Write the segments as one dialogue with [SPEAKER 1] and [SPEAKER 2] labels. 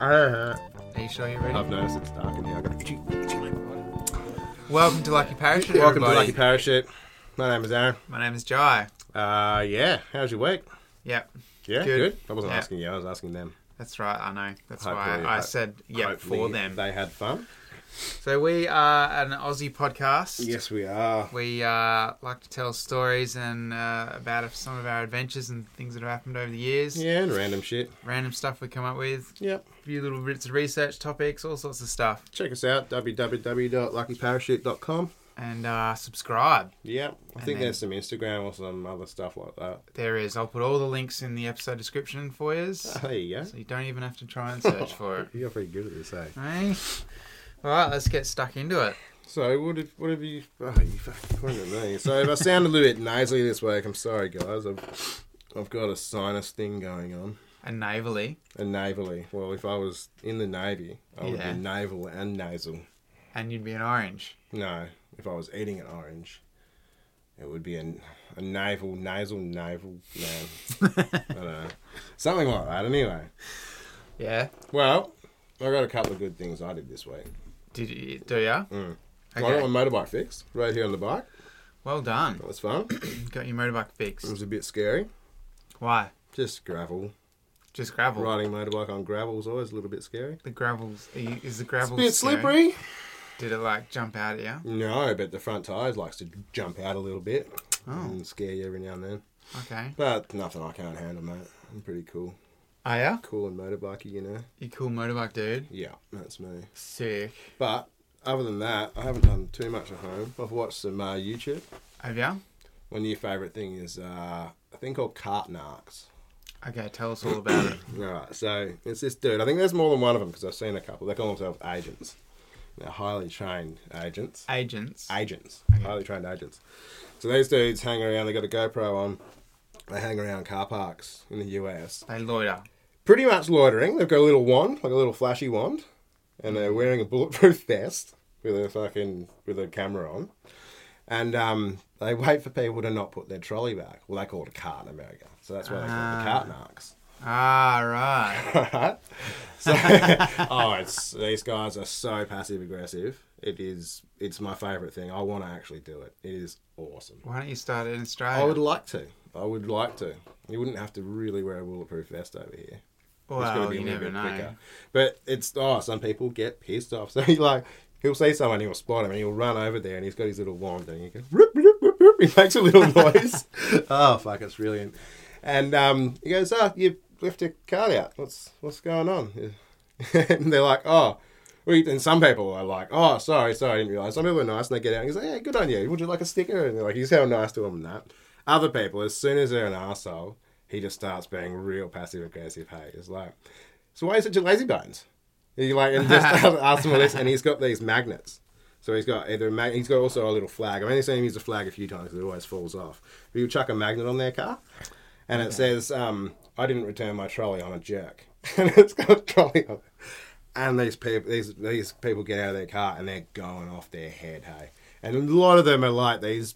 [SPEAKER 1] Uh-huh.
[SPEAKER 2] Uh,
[SPEAKER 3] Are you sure you're ready?
[SPEAKER 1] I've noticed it's dark in here. I got itchy, itchy my body.
[SPEAKER 3] Welcome to Lucky Parachute,
[SPEAKER 1] Welcome to
[SPEAKER 3] everybody.
[SPEAKER 1] Lucky Parachute. My name is Aaron.
[SPEAKER 3] My name is Jai.
[SPEAKER 1] Uh, yeah. How's your week?
[SPEAKER 3] Yep,
[SPEAKER 1] Yeah,
[SPEAKER 3] Good.
[SPEAKER 1] good. I wasn't
[SPEAKER 3] Yeah.
[SPEAKER 1] asking you. I was asking them.
[SPEAKER 3] that's right. I know. That's
[SPEAKER 1] Hopefully-
[SPEAKER 3] why I,
[SPEAKER 1] ho-
[SPEAKER 3] said yep for
[SPEAKER 1] Hopefully
[SPEAKER 3] them.
[SPEAKER 1] They had fun.
[SPEAKER 3] So we are an Aussie podcast.
[SPEAKER 1] Yes, we are.
[SPEAKER 3] We uh, like to tell stories and uh, about some of our adventures and things that have happened over the years.
[SPEAKER 1] Yeah, and random shit.
[SPEAKER 3] Random stuff we come up with,
[SPEAKER 1] Yep.
[SPEAKER 3] a few little bits of research topics, all sorts of stuff.
[SPEAKER 1] Check us out www.luckyparachute.com.
[SPEAKER 3] And uh, subscribe.
[SPEAKER 1] Yep. I think
[SPEAKER 3] then-
[SPEAKER 1] there's some Instagram or some other stuff like that.
[SPEAKER 3] There is. I'll put all the links in the episode description for you. So
[SPEAKER 1] There you go.
[SPEAKER 3] you don't even have to try and search for it.
[SPEAKER 1] You're pretty good at this, eh?
[SPEAKER 3] Hey. All right, let's get stuck into it.
[SPEAKER 1] So, what have, what have you. Oh, you fucking pointed at me. So, if I sound a little bit nasally this week, I'm sorry, guys. I've, I've got a sinus thing going on.
[SPEAKER 3] And navally
[SPEAKER 1] And navally. Well, if I was in the navy, I would
[SPEAKER 3] Yeah.
[SPEAKER 1] be naval and nasal.
[SPEAKER 3] and you'd be an orange.
[SPEAKER 1] No, if I was eating an orange, it would be a, a naval, nasal, naval, no, I don't know, something like that. Anyway,
[SPEAKER 3] Yeah.
[SPEAKER 1] well, I got a couple of good things I did this week.
[SPEAKER 3] Did you do ya?
[SPEAKER 1] Mm. I
[SPEAKER 3] Okay.
[SPEAKER 1] got my motorbike fixed right here on the bike.
[SPEAKER 3] Well done.
[SPEAKER 1] That was fun. it
[SPEAKER 3] Got your motorbike fixed.
[SPEAKER 1] was a bit scary.
[SPEAKER 3] Why?
[SPEAKER 1] Just gravel.
[SPEAKER 3] Just gravel.
[SPEAKER 1] Riding a motorbike on gravel is always a little bit scary.
[SPEAKER 3] The gravel's are you- is the
[SPEAKER 1] It's a
[SPEAKER 3] gravel
[SPEAKER 1] bit
[SPEAKER 3] scary?
[SPEAKER 1] slippery.
[SPEAKER 3] Did it like jump out at you?
[SPEAKER 1] No, but the front tires likes to jump out a little bit
[SPEAKER 3] Oh.
[SPEAKER 1] and scare you every now and then.
[SPEAKER 3] Okay.
[SPEAKER 1] But nothing I can't handle, mate. I'm pretty cool.
[SPEAKER 3] Are ya?
[SPEAKER 1] Cool and motorbikey, you know?
[SPEAKER 3] You cool motorbike dude.
[SPEAKER 1] Yeah, that's me.
[SPEAKER 3] Sick.
[SPEAKER 1] But other than that, I haven't done too much at home. I've watched some uh, YouTube.
[SPEAKER 3] Have ya?
[SPEAKER 1] My new favourite thing is uh, a thing called Cart Narcs.
[SPEAKER 3] Okay, tell us all about it.
[SPEAKER 1] Alright, so it's this dude. I think there's more than one of them because I've seen a couple. They call themselves agents. They're highly trained agents.
[SPEAKER 3] Agents.
[SPEAKER 1] agents, highly trained agents. So these dudes hang around. They got a GoPro on. They hang around car parks in the US,
[SPEAKER 3] they loiter.
[SPEAKER 1] pretty much loitering. They've got a little wand, like a little flashy wand, and they're wearing a bulletproof vest with a fucking with a camera on. And um, they wait for people to not put their trolley back. Well, they call it a cart in America, so that's why they call it the cart narcs.
[SPEAKER 3] Ah right.
[SPEAKER 1] Right? So, oh, it's these guys are so passive aggressive. It is, it's my favorite thing. I want to actually do it. It is awesome.
[SPEAKER 3] Why don't you start it in Australia?
[SPEAKER 1] I would like to. I would like to. You wouldn't have to really wear a bulletproof vest over here. It's gonna
[SPEAKER 3] well,
[SPEAKER 1] a
[SPEAKER 3] you
[SPEAKER 1] little
[SPEAKER 3] never
[SPEAKER 1] bit
[SPEAKER 3] know.
[SPEAKER 1] But it's oh, some people get pissed off. So he like he'll see someone, he'll spot him, and he'll run over there, and he's got his little wand, and he goes rip, rip, rip, rip. He makes a little noise. oh fuck, it's brilliant. And um, he goes, oh, you left your card out. What's what's going on? and they're like, oh. we- And some people are like, oh, sorry, sorry, I didn't realize. Some people are nice and they get out and he's like, hey, good on you. Would you like a sticker? And they're like, he's how nice to them and that. Other people, as soon as they're an asshole, he just starts being real passive aggressive. Hey, it's like, so why are you such a lazy bones? He like and just asked him all this, and he's got these magnets. So he's got either a mag- he's got also a little flag. I've only seen him use a flag a few times because it always falls off. But you chuck a magnet on their car, and it says, um, "I didn't return my trolley. I'm a jerk." and it's got a trolley on. it. And these people, these these people get out of their car and they're going off their head, hey. And a lot of them are like these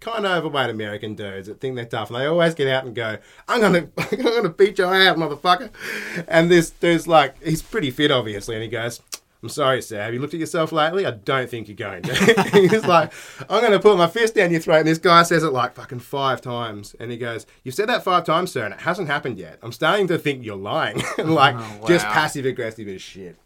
[SPEAKER 1] kind of overweight American dudes that think they're tough, and they always get out and go, "I'm gonna, I'm gonna beat your ass, motherfucker." And this dude's like, he's pretty fit, obviously, and he goes. I'm sorry, sir. Have you looked at yourself lately? I don't think you're going to. he's like, I'm going to put my fist down your throat. And this guy says it like fucking five times. And he goes, You've said that five times, sir, and it hasn't happened yet. I'm starting to think you're lying. like,
[SPEAKER 3] Oh,
[SPEAKER 1] just
[SPEAKER 3] wow.
[SPEAKER 1] passive aggressive as shit.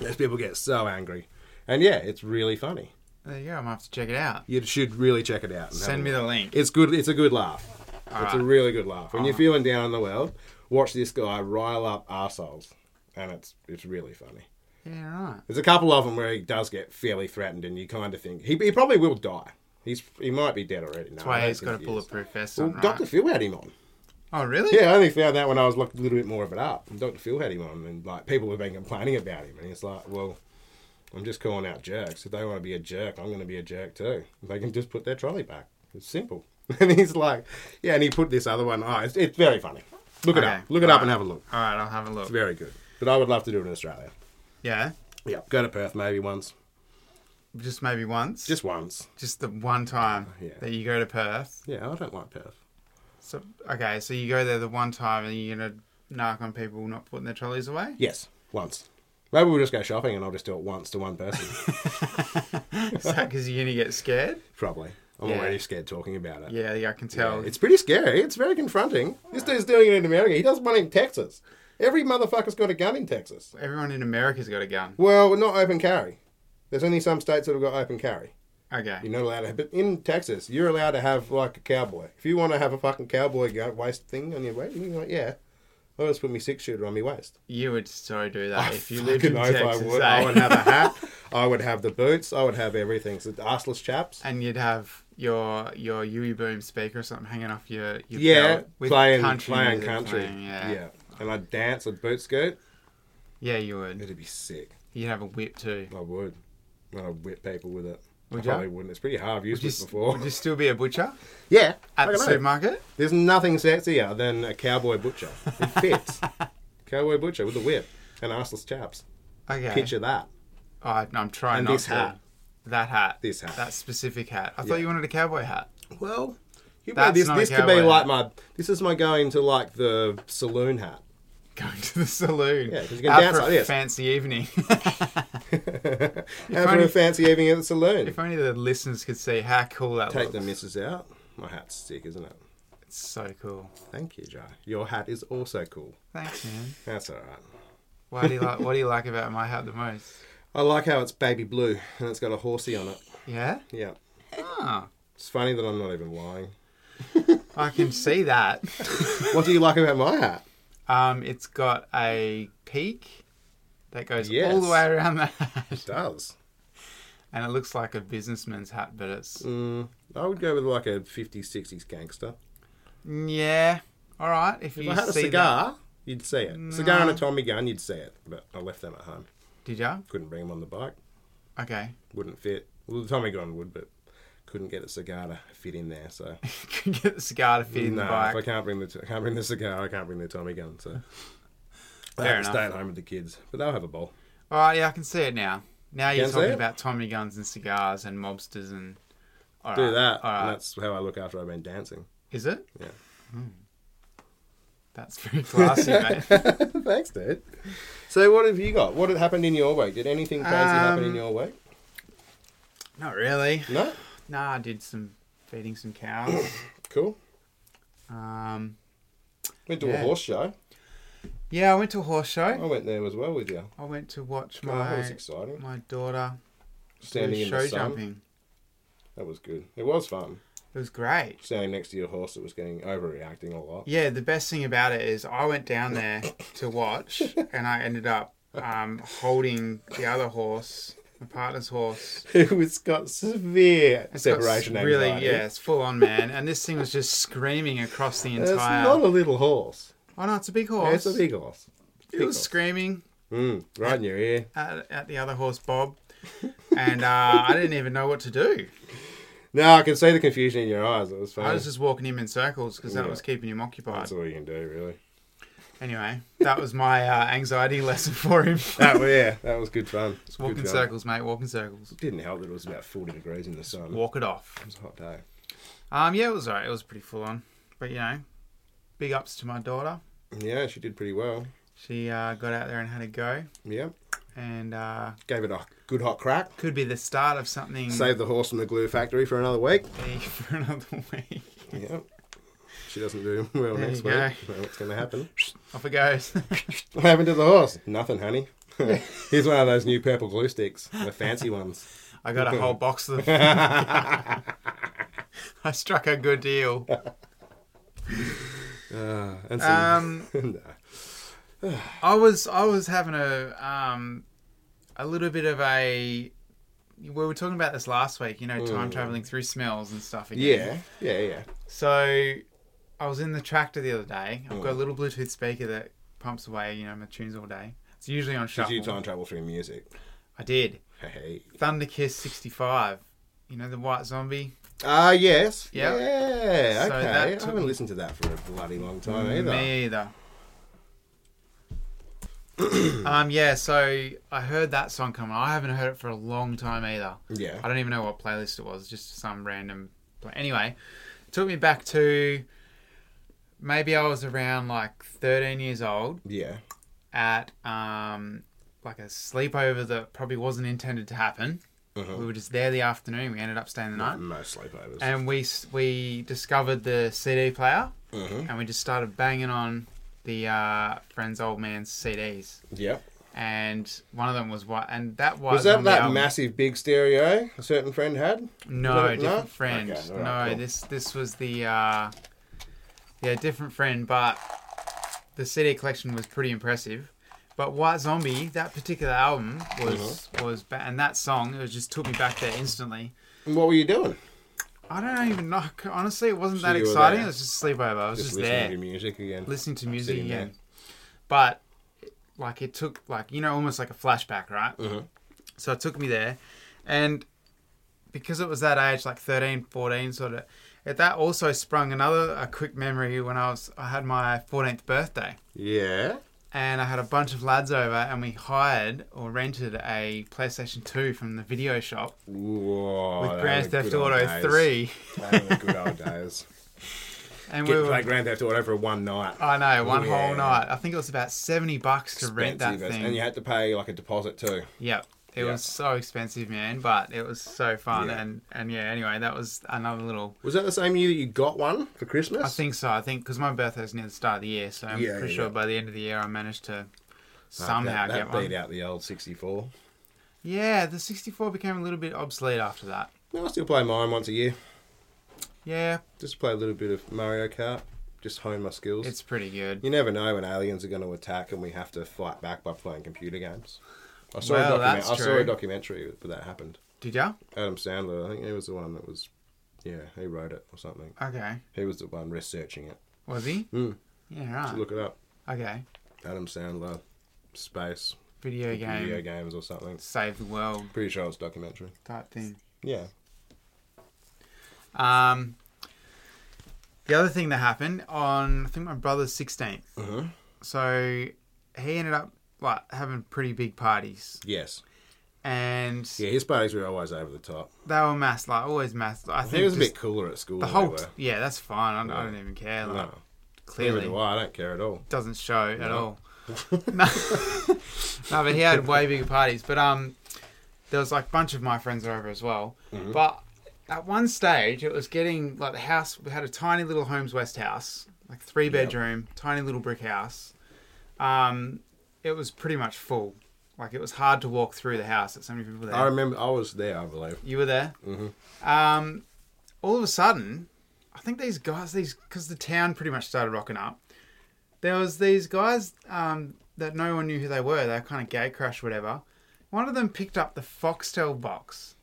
[SPEAKER 1] Those people get so angry. And yeah, it's really funny.
[SPEAKER 3] There you go, I might have to check it out.
[SPEAKER 1] You should really check it out. and have a
[SPEAKER 3] Send me
[SPEAKER 1] look.
[SPEAKER 3] the link.
[SPEAKER 1] It's good. It's a good laugh. it's
[SPEAKER 3] right.
[SPEAKER 1] a really good laugh. When
[SPEAKER 3] Uh-huh.
[SPEAKER 1] you're feeling down in the world, watch this guy rile up arseholes. And it's it's really funny.
[SPEAKER 3] Yeah, right.
[SPEAKER 1] There's a couple of them where he does get fairly threatened, and you kind of think he, he probably will die. He's he might be dead already. No,
[SPEAKER 3] That's why
[SPEAKER 1] I
[SPEAKER 3] he's
[SPEAKER 1] don't
[SPEAKER 3] got a
[SPEAKER 1] think he is.
[SPEAKER 3] bulletproof vest
[SPEAKER 1] Well,
[SPEAKER 3] on, right?
[SPEAKER 1] Doctor Phil had him on.
[SPEAKER 3] Oh, really?
[SPEAKER 1] Yeah, I only found that when I was looking a little bit more of it up. Doctor Phil had him on, and like people have been complaining about him, and it's like, well, I'm just calling out jerks. If they want to be a jerk, I'm going to be a jerk too. They can just put their trolley back. It's simple. And he's like, yeah, and he put this other one. Oh, it's, it's very funny. Look it
[SPEAKER 3] Okay,
[SPEAKER 1] up. Look it up
[SPEAKER 3] alright.
[SPEAKER 1] and have a look.
[SPEAKER 3] All right, I'll have a
[SPEAKER 1] It's
[SPEAKER 3] look.
[SPEAKER 1] very good. But I would love to do it in Australia.
[SPEAKER 3] Yeah,
[SPEAKER 1] Yeah, go to Perth maybe once,
[SPEAKER 3] just maybe once.
[SPEAKER 1] just once.
[SPEAKER 3] just the one time
[SPEAKER 1] Yeah.
[SPEAKER 3] that you go to Perth.
[SPEAKER 1] Yeah, I don't like Perth.
[SPEAKER 3] So okay, so you go there the one time and you're gonna knock on people not putting their trolleys away.
[SPEAKER 1] Yes, once. Maybe we'll just go shopping and I'll just do it once to one person.
[SPEAKER 3] Because you're gonna get scared.
[SPEAKER 1] Probably. I'm
[SPEAKER 3] Yeah.
[SPEAKER 1] already scared talking about it.
[SPEAKER 3] Yeah, yeah, I can tell.
[SPEAKER 1] It's pretty scary. It's very confronting. This dude's doing it in America. He does one in Texas. Every motherfucker's got a gun in Texas.
[SPEAKER 3] Everyone in America's got a gun.
[SPEAKER 1] Well, not open carry. There's only some states that have got open carry.
[SPEAKER 3] Okay.
[SPEAKER 1] You're not allowed to have, but in Texas, you're allowed to have like a cowboy. If you want to have a fucking cowboy gun waist thing on your waist, you're like, yeah. I'll just put my six shooter on my waist.
[SPEAKER 3] You would so do that if you
[SPEAKER 1] I
[SPEAKER 3] lived
[SPEAKER 1] fucking
[SPEAKER 3] in
[SPEAKER 1] know if
[SPEAKER 3] Ah,
[SPEAKER 1] I
[SPEAKER 3] Texas.
[SPEAKER 1] would.
[SPEAKER 3] eh?
[SPEAKER 1] I would have a hat. I would have the boots. I would have everything. So the arseless chaps.
[SPEAKER 3] and you'd have your your Yui Boom speaker or something hanging off your, your
[SPEAKER 1] Yeah,
[SPEAKER 3] belt with
[SPEAKER 1] playing
[SPEAKER 3] country
[SPEAKER 1] playing
[SPEAKER 3] music
[SPEAKER 1] country.
[SPEAKER 3] playing,
[SPEAKER 1] yeah.
[SPEAKER 3] yeah. yeah,
[SPEAKER 1] and I'd dance. I'd boot skirt.
[SPEAKER 3] you would.
[SPEAKER 1] It'd be sick.
[SPEAKER 3] You'd have a whip too.
[SPEAKER 1] I would. And I'd whip people with it. I
[SPEAKER 3] Would
[SPEAKER 1] probably
[SPEAKER 3] you?
[SPEAKER 1] wouldn't. It's pretty hard. I've
[SPEAKER 3] Would
[SPEAKER 1] used
[SPEAKER 3] you,
[SPEAKER 1] this
[SPEAKER 3] s-
[SPEAKER 1] before.
[SPEAKER 3] would you still be a butcher
[SPEAKER 1] yeah.
[SPEAKER 3] at the
[SPEAKER 1] fucking oath.
[SPEAKER 3] supermarket?
[SPEAKER 1] There's nothing sexier than a cowboy butcher. It fits. cowboy butcher with a whip and arseless chaps.
[SPEAKER 3] Okay.
[SPEAKER 1] Picture that.
[SPEAKER 3] Oh, I- I'm trying
[SPEAKER 1] And
[SPEAKER 3] not
[SPEAKER 1] this
[SPEAKER 3] to.
[SPEAKER 1] hat.
[SPEAKER 3] That hat.
[SPEAKER 1] This hat.
[SPEAKER 3] That specific hat. I
[SPEAKER 1] Yeah.
[SPEAKER 3] thought you wanted a cowboy hat.
[SPEAKER 1] Well, you
[SPEAKER 3] That's
[SPEAKER 1] this
[SPEAKER 3] not a
[SPEAKER 1] this could be
[SPEAKER 3] cowboy hat.
[SPEAKER 1] like my. This is my going to like the saloon hat.
[SPEAKER 3] Going to the saloon.
[SPEAKER 1] Yeah, 'cause you can
[SPEAKER 3] Out
[SPEAKER 1] dance
[SPEAKER 3] for
[SPEAKER 1] like
[SPEAKER 3] a
[SPEAKER 1] this.
[SPEAKER 3] fancy evening.
[SPEAKER 1] Having
[SPEAKER 3] only-
[SPEAKER 1] a fancy evening at the saloon.
[SPEAKER 3] if only the listeners could see how cool that
[SPEAKER 1] Take
[SPEAKER 3] looks.
[SPEAKER 1] the missus out. My hat's sick, isn't it?
[SPEAKER 3] It's so cool.
[SPEAKER 1] Thank you, Jai. Your hat is also cool.
[SPEAKER 3] Thanks, man.
[SPEAKER 1] That's all right.
[SPEAKER 3] Why do you like? What do you like about my hat the most?
[SPEAKER 1] I like how it's baby blue and it's got a horsey on it.
[SPEAKER 3] Yeah.
[SPEAKER 1] Yeah.
[SPEAKER 3] Oh,
[SPEAKER 1] It's funny that I'm not even lying.
[SPEAKER 3] I can see that.
[SPEAKER 1] What do you like about my hat?
[SPEAKER 3] Um, it's got a peak that goes all
[SPEAKER 1] Yes.
[SPEAKER 3] the way around the hat,
[SPEAKER 1] It does.
[SPEAKER 3] and it looks like a businessman's hat, but it's
[SPEAKER 1] Mm, I would go with like a 50s, 60s gangster.
[SPEAKER 3] yeah. All right, if
[SPEAKER 1] Mm. If
[SPEAKER 3] you
[SPEAKER 1] I had a
[SPEAKER 3] see that-
[SPEAKER 1] cigar, you'd see it. Cigar and a
[SPEAKER 3] No.
[SPEAKER 1] Tommy gun, you'd see it. But I left them at home.
[SPEAKER 3] did you?
[SPEAKER 1] Couldn't bring them on the bike.
[SPEAKER 3] Okay,
[SPEAKER 1] Wouldn't fit. Well, the Tommy gun would, but couldn't get a cigar to fit in there. So
[SPEAKER 3] could get the cigar to fit in
[SPEAKER 1] no,
[SPEAKER 3] the
[SPEAKER 1] if I
[SPEAKER 3] bike.
[SPEAKER 1] can't bring the I can't bring the cigar, I can't bring the Tommy gun. So I
[SPEAKER 3] Fair
[SPEAKER 1] have to
[SPEAKER 3] enough.
[SPEAKER 1] stay at home with the kids, but they'll have a ball.
[SPEAKER 3] All right, yeah, I can see it now. Now you're
[SPEAKER 1] Can see
[SPEAKER 3] talking
[SPEAKER 1] it?
[SPEAKER 3] about Tommy guns and cigars and mobsters and. All
[SPEAKER 1] Do
[SPEAKER 3] right,
[SPEAKER 1] that.
[SPEAKER 3] All
[SPEAKER 1] and
[SPEAKER 3] right.
[SPEAKER 1] that's how I look after I've been dancing.
[SPEAKER 3] Is it?
[SPEAKER 1] Yeah.
[SPEAKER 3] Hmm. That's very classy, mate.
[SPEAKER 1] Thanks, dude. So, what have you got? What had happened in your week? Did anything crazy happen in
[SPEAKER 3] Um,
[SPEAKER 1] your week?
[SPEAKER 3] Not really.
[SPEAKER 1] No.
[SPEAKER 3] Nah, I did some feeding some cows.
[SPEAKER 1] Cool.
[SPEAKER 3] Um,
[SPEAKER 1] Went to a
[SPEAKER 3] Yeah.
[SPEAKER 1] horse show.
[SPEAKER 3] yeah, I went to a horse
[SPEAKER 1] I
[SPEAKER 3] show.
[SPEAKER 1] went there as well with you.
[SPEAKER 3] I went to watch
[SPEAKER 1] Oh, that was
[SPEAKER 3] my
[SPEAKER 1] exciting.
[SPEAKER 3] my daughter
[SPEAKER 1] Standing
[SPEAKER 3] do
[SPEAKER 1] in
[SPEAKER 3] show
[SPEAKER 1] the sun.
[SPEAKER 3] jumping.
[SPEAKER 1] That was good. It was fun.
[SPEAKER 3] It was great.
[SPEAKER 1] Standing next to your horse that was getting overreacting a lot.
[SPEAKER 3] Yeah, the best thing about it is I went down there to watch, and I ended up um, holding the other horse, my partner's horse.
[SPEAKER 1] it was got severe
[SPEAKER 3] It's got
[SPEAKER 1] separation
[SPEAKER 3] s-
[SPEAKER 1] anxiety.
[SPEAKER 3] Really, yeah, it's full on, man. And this thing was just screaming across the
[SPEAKER 1] It's
[SPEAKER 3] entire.
[SPEAKER 1] not a little horse.
[SPEAKER 3] Oh no, it's a big horse.
[SPEAKER 1] It's a big horse.
[SPEAKER 3] it was screaming
[SPEAKER 1] Mm, right in your ear.
[SPEAKER 3] at, at the other horse, Bob, and uh, I didn't even know what to do.
[SPEAKER 1] No, I can see the confusion in your eyes. It was funny.
[SPEAKER 3] I was just walking him in circles because that
[SPEAKER 1] Yeah.
[SPEAKER 3] was keeping him occupied.
[SPEAKER 1] That's all you can do, really.
[SPEAKER 3] Anyway, that was my uh, anxiety lesson for him.
[SPEAKER 1] That, yeah, that was good fun.
[SPEAKER 3] Just walk
[SPEAKER 1] Good
[SPEAKER 3] in
[SPEAKER 1] fun.
[SPEAKER 3] circles, mate. Walk in circles.
[SPEAKER 1] Didn't help that it was about 40 degrees in the sun. It
[SPEAKER 3] Walk it off.
[SPEAKER 1] was a hot day.
[SPEAKER 3] Um, yeah, it was alright. It was pretty full on, but you know, big ups to my daughter.
[SPEAKER 1] Yeah, she did pretty well.
[SPEAKER 3] She uh, got out there and had a go,
[SPEAKER 1] Yeah,
[SPEAKER 3] and uh,
[SPEAKER 1] gave it a good hot crack.
[SPEAKER 3] could be the start of something
[SPEAKER 1] Saved the horse from the glue factory for another week.
[SPEAKER 3] big for another week.
[SPEAKER 1] Yeah. She doesn't do well
[SPEAKER 3] There
[SPEAKER 1] next
[SPEAKER 3] you
[SPEAKER 1] week.
[SPEAKER 3] go.
[SPEAKER 1] Know what's going to happen?
[SPEAKER 3] Off it goes.
[SPEAKER 1] What happened to the horse? Nothing, honey. Here's one of those new purple glue sticks, the fancy ones. Ah,
[SPEAKER 3] I got a whole box of them. I struck a good deal.
[SPEAKER 1] Uh, and some,
[SPEAKER 3] Um,
[SPEAKER 1] no.
[SPEAKER 3] I was I was having a um a little bit of a we were talking about this last week, you know, time
[SPEAKER 1] Mm.
[SPEAKER 3] traveling through smells and stuff again.
[SPEAKER 1] Yeah, yeah, yeah.
[SPEAKER 3] So I was in the tractor the other day. I've got a
[SPEAKER 1] Mm.
[SPEAKER 3] little Bluetooth speaker that pumps away, you know, my tunes all day. It's usually on
[SPEAKER 1] Did
[SPEAKER 3] shuffle.
[SPEAKER 1] you time travel through music?
[SPEAKER 3] I did.
[SPEAKER 1] Hey.
[SPEAKER 3] Thunder Kiss 65. You know the White Zombie.
[SPEAKER 1] Ah, yes.
[SPEAKER 3] Yeah.
[SPEAKER 1] Yeah,
[SPEAKER 3] So
[SPEAKER 1] okay.
[SPEAKER 3] that Mm,
[SPEAKER 1] I
[SPEAKER 3] took-
[SPEAKER 1] haven't listened to that for a bloody long time either.
[SPEAKER 3] Me either. um yeah, so I heard that song come on. I haven't heard it for a long time either.
[SPEAKER 1] Yeah.
[SPEAKER 3] I don't even know what playlist it was, just some random. Play- anyway, it took me back to maybe I was around like 13 years old
[SPEAKER 1] Yeah.
[SPEAKER 3] at um, like a sleepover that probably wasn't intended to happen.
[SPEAKER 1] Oh.
[SPEAKER 3] We were just there the afternoon. We ended up staying the night,
[SPEAKER 1] No Uh-huh. sleepovers.
[SPEAKER 3] and we s- we discovered the CD player,
[SPEAKER 1] Mhm.
[SPEAKER 3] and we just started banging on the uh, friend's old man's CDs.
[SPEAKER 1] yeah.
[SPEAKER 3] And one of them was what, and that was
[SPEAKER 1] Was that
[SPEAKER 3] on the
[SPEAKER 1] that
[SPEAKER 3] album.
[SPEAKER 1] massive big stereo a certain friend had?
[SPEAKER 3] No,
[SPEAKER 1] Was that it? No?
[SPEAKER 3] different friend.
[SPEAKER 1] Okay, all
[SPEAKER 3] no,
[SPEAKER 1] right, cool.
[SPEAKER 3] this this was the uh, yeah different friend, but the CD collection was pretty impressive. But White Zombie, that particular album was
[SPEAKER 1] Uh-huh.
[SPEAKER 3] was ba- and that song it was just took me back there instantly.
[SPEAKER 1] And what were you doing?
[SPEAKER 3] I don't even know. Honestly, it wasn't
[SPEAKER 1] So
[SPEAKER 3] that
[SPEAKER 1] you were
[SPEAKER 3] exciting.
[SPEAKER 1] there.
[SPEAKER 3] It was just a sleepover. I was just,
[SPEAKER 1] listening
[SPEAKER 3] there
[SPEAKER 1] to music again.
[SPEAKER 3] listening to music
[SPEAKER 1] Sitting there.
[SPEAKER 3] again. But like it took like you know almost like a flashback, right?
[SPEAKER 1] Mhm.
[SPEAKER 3] So it took me there, and because it was that age, like 13, 14, sort of, it, that also sprung another a quick memory when I was I had my fourteenth birthday,
[SPEAKER 1] Yeah.
[SPEAKER 3] and I had a bunch of lads over, and we hired or rented a PlayStation Two from the video shop
[SPEAKER 1] Whoa,
[SPEAKER 3] with
[SPEAKER 1] they
[SPEAKER 3] Grand
[SPEAKER 1] were good
[SPEAKER 3] Theft
[SPEAKER 1] old
[SPEAKER 3] Auto
[SPEAKER 1] days.
[SPEAKER 3] Three,
[SPEAKER 1] They were good old days.
[SPEAKER 3] and
[SPEAKER 1] Get
[SPEAKER 3] we
[SPEAKER 1] to play
[SPEAKER 3] were.
[SPEAKER 1] Grand Theft Auto for one night.
[SPEAKER 3] I know, one
[SPEAKER 1] Yeah.
[SPEAKER 3] whole night. I think it was about seventy bucks to rent that
[SPEAKER 1] Expensive as-
[SPEAKER 3] thing.
[SPEAKER 1] And you had to pay like a deposit too.
[SPEAKER 3] Yep. It
[SPEAKER 1] Yeah.
[SPEAKER 3] was so expensive, man, but it was so fun.
[SPEAKER 1] Yeah.
[SPEAKER 3] And, and yeah, anyway, that was another little.
[SPEAKER 1] Was that the same year that you got one for Christmas?
[SPEAKER 3] I think so. I think because my birthday's near the start of the year, so I'm
[SPEAKER 1] Yeah,
[SPEAKER 3] pretty
[SPEAKER 1] yeah,
[SPEAKER 3] sure
[SPEAKER 1] yeah.
[SPEAKER 3] by the end of the year I managed to
[SPEAKER 1] Fuck,
[SPEAKER 3] somehow
[SPEAKER 1] that, that
[SPEAKER 3] get
[SPEAKER 1] beat
[SPEAKER 3] one.
[SPEAKER 1] out the old 64.
[SPEAKER 3] Yeah, the 64 became a little bit obsolete after that.
[SPEAKER 1] No, I still play mine once a year.
[SPEAKER 3] Yeah,
[SPEAKER 1] Just play a little bit of Mario Kart. Just hone my skills.
[SPEAKER 3] it's pretty good.
[SPEAKER 1] You never know when aliens are going to attack and we have to fight back by playing computer games. I saw,
[SPEAKER 3] Well,
[SPEAKER 1] a, document-
[SPEAKER 3] that's
[SPEAKER 1] I saw
[SPEAKER 3] true.
[SPEAKER 1] a documentary where that happened.
[SPEAKER 3] Did ya?
[SPEAKER 1] Adam Sandler, I think he was the one that was, yeah, he wrote it or something.
[SPEAKER 3] Okay.
[SPEAKER 1] He was the one researching it.
[SPEAKER 3] Was he?
[SPEAKER 1] Mm.
[SPEAKER 3] Yeah,
[SPEAKER 1] So
[SPEAKER 3] right.
[SPEAKER 1] look it up.
[SPEAKER 3] Okay.
[SPEAKER 1] Adam Sandler, space,
[SPEAKER 3] Video game,
[SPEAKER 1] video games or something.
[SPEAKER 3] save the world
[SPEAKER 1] Pretty sure it's documentary.
[SPEAKER 3] type thing.
[SPEAKER 1] Yeah.
[SPEAKER 3] Um, the other thing that happened on, I think my brother's 16th.
[SPEAKER 1] Mhm.
[SPEAKER 3] So he ended up like having pretty big parties,
[SPEAKER 1] Yes.
[SPEAKER 3] and
[SPEAKER 1] Yeah, his parties were always over the top.
[SPEAKER 3] they were mass like always mass. I think
[SPEAKER 1] He was a
[SPEAKER 3] just
[SPEAKER 1] bit cooler at school.
[SPEAKER 3] the
[SPEAKER 1] than
[SPEAKER 3] whole
[SPEAKER 1] we were.
[SPEAKER 3] yeah, that's fine. I, don't- I
[SPEAKER 1] Yeah.
[SPEAKER 3] don't even care. Like,
[SPEAKER 1] No, neither
[SPEAKER 3] Clearly,
[SPEAKER 1] do I. I don't care at all.
[SPEAKER 3] doesn't show at
[SPEAKER 1] No.
[SPEAKER 3] all. no. no, but he had way bigger parties. But um, there was like a bunch of my friends were over as well.
[SPEAKER 1] Mm-hmm.
[SPEAKER 3] But at one stage, it was getting like the house. We had a tiny little Holmes West house, like three bedroom, tiny little brick house. Um, it was pretty much full. Like it was hard to walk through the house. That so many people were there.
[SPEAKER 1] I remember I was there, I believe.
[SPEAKER 3] You were there. Mm-hmm. Um, all of a sudden, I think these guys, these because the town pretty much started rocking up. There was these guys um, that no one knew who they were. They were kind of gate crash, whatever. One of them picked up the Foxtel box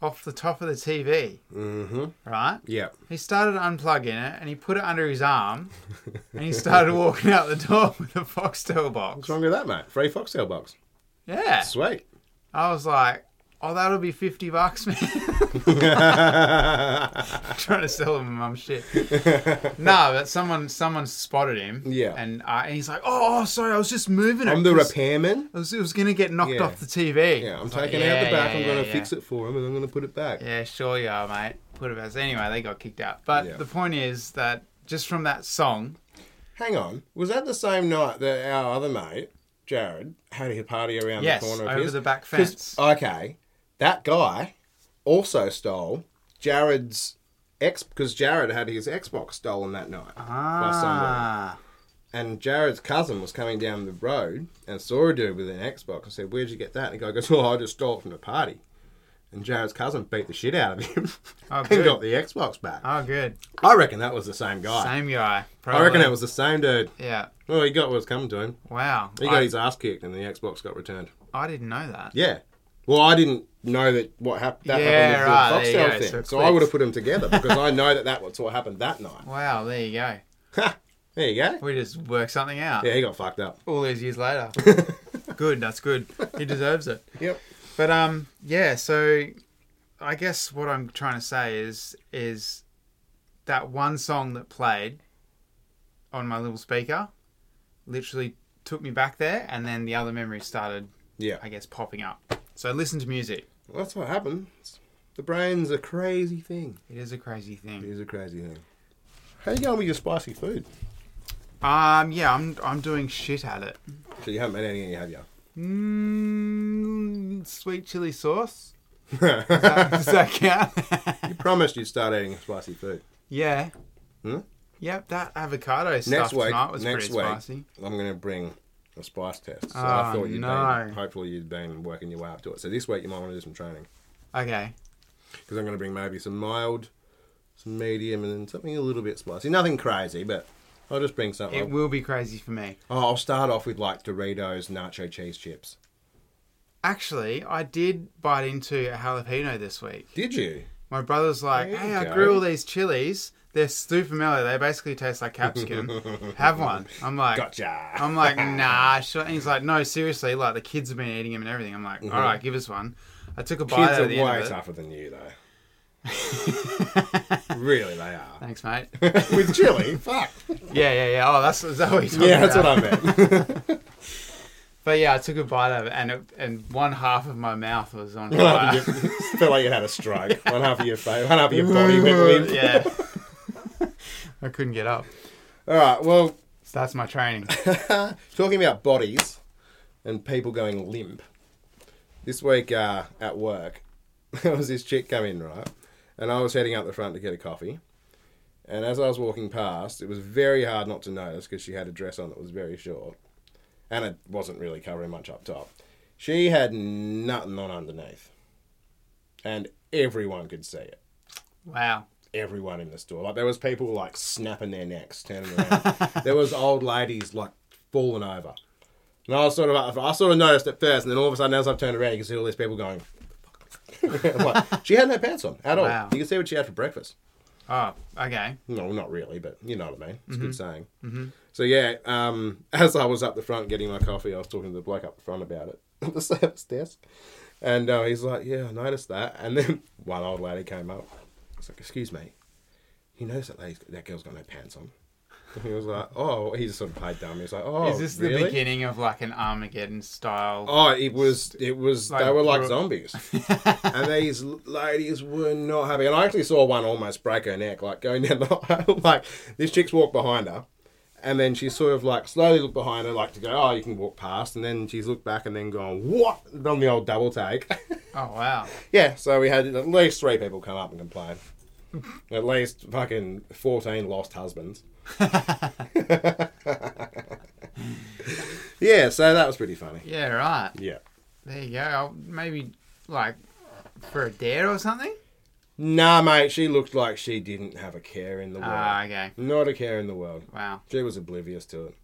[SPEAKER 3] off the top of the TV.
[SPEAKER 1] Mm-hmm.
[SPEAKER 3] Right.
[SPEAKER 1] Yeah.
[SPEAKER 3] He started unplugging it and he put it under his arm, and he started walking out the door with the Foxtel
[SPEAKER 1] What's
[SPEAKER 3] box.
[SPEAKER 1] wrong with that, mate? Free foxtail box.
[SPEAKER 3] Yeah.
[SPEAKER 1] Sweet.
[SPEAKER 3] I was like, oh, that'll be fifty bucks, man.
[SPEAKER 1] yeah.
[SPEAKER 3] trying to sell him mum shit. no, but someone someone spotted him.
[SPEAKER 1] Yeah.
[SPEAKER 3] And uh, and he's like, oh, oh, sorry, I was just moving it.
[SPEAKER 1] I'm the
[SPEAKER 3] 'cause
[SPEAKER 1] repairman.
[SPEAKER 3] I was, it was gonna get knocked
[SPEAKER 1] Yeah.
[SPEAKER 3] off the TV.
[SPEAKER 1] Yeah, I'm
[SPEAKER 3] It's like,
[SPEAKER 1] taking
[SPEAKER 3] yeah,
[SPEAKER 1] out the back.
[SPEAKER 3] yeah,
[SPEAKER 1] I'm going
[SPEAKER 3] yeah,
[SPEAKER 1] to fix it for him and I'm going to put it back.
[SPEAKER 3] Yeah, sure you are, mate. Put it back. So Anyway, they got kicked out. But
[SPEAKER 1] Yeah.
[SPEAKER 3] the point is that just from that song,
[SPEAKER 1] Hang on. Was that the same night that our other mate, Jared, had a party around
[SPEAKER 3] yes,
[SPEAKER 1] the corner of
[SPEAKER 3] over
[SPEAKER 1] his?
[SPEAKER 3] the back
[SPEAKER 1] 'Cause-
[SPEAKER 3] fence.
[SPEAKER 1] Okay. That guy also stole Jared's X because Jared had his Xbox stolen that night.
[SPEAKER 3] ah,
[SPEAKER 1] And Jared's cousin was coming down the road and saw a dude with an Xbox and said, Where'd you get that? And the guy goes, Oh, I just stole it from the party. And Jared's cousin beat the shit out of him
[SPEAKER 3] Oh,
[SPEAKER 1] and
[SPEAKER 3] good.
[SPEAKER 1] got the Xbox back.
[SPEAKER 3] oh, good.
[SPEAKER 1] I reckon that was the same guy.
[SPEAKER 3] Same guy.
[SPEAKER 1] I reckon
[SPEAKER 3] probably.
[SPEAKER 1] it was the same dude.
[SPEAKER 3] Yeah.
[SPEAKER 1] Well, he got what was coming to him.
[SPEAKER 3] Wow.
[SPEAKER 1] He got
[SPEAKER 3] I,
[SPEAKER 1] his ass kicked and the Xbox got returned.
[SPEAKER 3] I didn't know that.
[SPEAKER 1] Yeah. Well, I didn't know that what hap- that
[SPEAKER 3] Yeah,
[SPEAKER 1] happened with
[SPEAKER 3] right, there
[SPEAKER 1] the
[SPEAKER 3] you
[SPEAKER 1] Foxtel
[SPEAKER 3] go,
[SPEAKER 1] thing.
[SPEAKER 3] so
[SPEAKER 1] So,
[SPEAKER 3] it
[SPEAKER 1] I would have
[SPEAKER 3] clicks.
[SPEAKER 1] put them together because I know that that was what happened that night.
[SPEAKER 3] Wow. There you go.
[SPEAKER 1] Ha! There you go.
[SPEAKER 3] We just work something out.
[SPEAKER 1] Yeah, he got fucked up.
[SPEAKER 3] all these years later. good, that's good. He deserves it.
[SPEAKER 1] Yep.
[SPEAKER 3] But um, yeah. So I guess what I'm trying to say is is that one song that played on my little speaker literally took me back there, and then the other memories started,
[SPEAKER 1] Yeah.
[SPEAKER 3] I guess, popping up. So listen to music.
[SPEAKER 1] Well, that's what happens. The brain's a crazy thing.
[SPEAKER 3] It is a crazy thing.
[SPEAKER 1] is a crazy thing. How you going with your spicy food?
[SPEAKER 3] Um, yeah, I'm I'm doing shit at it.
[SPEAKER 1] So you haven't made any, have you?
[SPEAKER 3] Mm, sweet chili sauce. Does
[SPEAKER 1] you
[SPEAKER 3] that count?
[SPEAKER 1] promised you'd start eating spicy food.
[SPEAKER 3] yeah.
[SPEAKER 1] Hmm?
[SPEAKER 3] Yep, that avocado stuff
[SPEAKER 1] Next week,
[SPEAKER 3] tonight was
[SPEAKER 1] next
[SPEAKER 3] pretty
[SPEAKER 1] week,
[SPEAKER 3] spicy.
[SPEAKER 1] I'm going to bring a spice test. So
[SPEAKER 3] Ah,
[SPEAKER 1] I thought you'd
[SPEAKER 3] no.
[SPEAKER 1] been, hopefully you'd been working your way up to it. So this week you might want to do some training
[SPEAKER 3] Okay.
[SPEAKER 1] because I'm going to bring maybe some mild, some medium, and then something a little bit spicy. Nothing crazy, but I'll just bring something.
[SPEAKER 3] It will be crazy for me.
[SPEAKER 1] oh, I'll start off with like Doritos nacho cheese chips.
[SPEAKER 3] Actually, I did bite into a jalapeno this week.
[SPEAKER 1] Did you?
[SPEAKER 3] My brother's like,
[SPEAKER 1] There you
[SPEAKER 3] "Hey, I
[SPEAKER 1] go.
[SPEAKER 3] grew all these chilies. They're super mellow. They basically taste like capsicum. Have one." I'm like,
[SPEAKER 1] Gotcha.
[SPEAKER 3] I'm like, "Nah." Sure. And he's like, "No, seriously. Like the kids have been eating them and everything." I'm like, "All right, give us one." I took a bite
[SPEAKER 1] Mm-hmm. Kids
[SPEAKER 3] out
[SPEAKER 1] are
[SPEAKER 3] of the
[SPEAKER 1] way
[SPEAKER 3] end of
[SPEAKER 1] tougher than you, though.
[SPEAKER 3] it.
[SPEAKER 1] Really, they are.
[SPEAKER 3] Thanks, mate.
[SPEAKER 1] With chili, fuck.
[SPEAKER 3] Yeah, yeah, yeah. Oh, that's is that what you're talking
[SPEAKER 1] Yeah, that's
[SPEAKER 3] about?
[SPEAKER 1] what I meant.
[SPEAKER 3] But yeah, I took a bite of it, and it, and one half of my mouth was on
[SPEAKER 1] One half
[SPEAKER 3] fire.
[SPEAKER 1] of your, felt like you had a stroke. One half of your face, one half of your body went limp.
[SPEAKER 3] yeah, I couldn't get up.
[SPEAKER 1] All right. Well,
[SPEAKER 3] So that's my training.
[SPEAKER 1] talking about bodies and people going limp. This week uh, at work, there was this chick come in right, and I was heading out the front to get a coffee. And as I was walking past, it was very hard not to notice because she had a dress on that was very short, and it wasn't really covering much up top. She had nothing on underneath, and everyone could see it
[SPEAKER 3] Wow.
[SPEAKER 1] everyone in the store. Like there was people like snapping their necks, turning around. there was old ladies like falling over. And I was sort of, I sort of noticed at first, and then all of a sudden, as I've turned around, you can see all these people going. I'm like, she had no pants on at
[SPEAKER 3] Wow.
[SPEAKER 1] all. You can see what she had for breakfast.
[SPEAKER 3] Oh, okay.
[SPEAKER 1] No, not really, but you know what I mean. It's a good
[SPEAKER 3] Mm-hmm.
[SPEAKER 1] saying. So yeah, um, as I was up the front getting my coffee, I was talking to the bloke up the front about it at the service desk, and uh, he's like, "Yeah, I noticed that." And then one old lady came up. I was like, "Excuse me, you notice that lady's, that girl's got no pants on?" And he was like, "Oh," he's sort of paid dumb. He was like, "Oh,
[SPEAKER 3] Is this
[SPEAKER 1] really?"
[SPEAKER 3] the beginning of like an Armageddon style?
[SPEAKER 1] Oh, it was it was
[SPEAKER 3] Like
[SPEAKER 1] they were like
[SPEAKER 3] bro-
[SPEAKER 1] zombies, and these ladies were not happy. And I actually saw one almost break her neck, like going down the aisle. Like this chick's walked behind her, and then she sort of like slowly looked behind her, like to go, oh, you can walk past. And then she's looked back and then gone, what? On the old double take.
[SPEAKER 3] Oh, wow.
[SPEAKER 1] yeah, so we had at least three people come up and complain. At least fucking fourteen lost husbands. yeah, so that was pretty funny.
[SPEAKER 3] Yeah, right.
[SPEAKER 1] Yeah.
[SPEAKER 3] There you go. I'll maybe like for a dare or something.
[SPEAKER 1] Nah, mate, she looked like she didn't have a care in the world.
[SPEAKER 3] Ah, okay.
[SPEAKER 1] Not a care in the world.
[SPEAKER 3] Wow.
[SPEAKER 1] She was oblivious to it.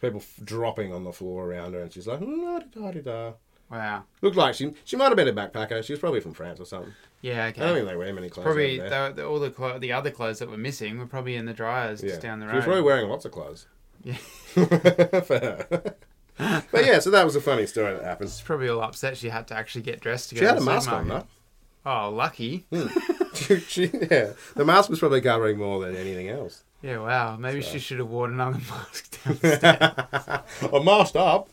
[SPEAKER 1] People f- dropping on the floor around her, and she's like, la da da da.
[SPEAKER 3] Wow.
[SPEAKER 1] Looked like she she might have been a backpacker. She was probably from France or something.
[SPEAKER 3] Yeah.
[SPEAKER 1] I don't
[SPEAKER 3] Okay.
[SPEAKER 1] think they wear many clothes.
[SPEAKER 3] Probably
[SPEAKER 1] over
[SPEAKER 3] they
[SPEAKER 1] there.
[SPEAKER 3] were, all the clo- the other clothes that were missing were probably in the dryers just down the
[SPEAKER 1] She was
[SPEAKER 3] road.
[SPEAKER 1] probably wearing lots of clothes.
[SPEAKER 3] Yeah.
[SPEAKER 1] For her. but yeah, so that was a funny story that happened.
[SPEAKER 3] She's probably all upset she had to actually get dressed to go
[SPEAKER 1] She had
[SPEAKER 3] to
[SPEAKER 1] a
[SPEAKER 3] the
[SPEAKER 1] mask on
[SPEAKER 3] supermarket.
[SPEAKER 1] though. Hmm.
[SPEAKER 3] Oh, lucky.
[SPEAKER 1] She- she- yeah, the mask was probably covering more than anything else.
[SPEAKER 3] Yeah, wow. Maybe she should have worn another mask down
[SPEAKER 1] I'm masked up.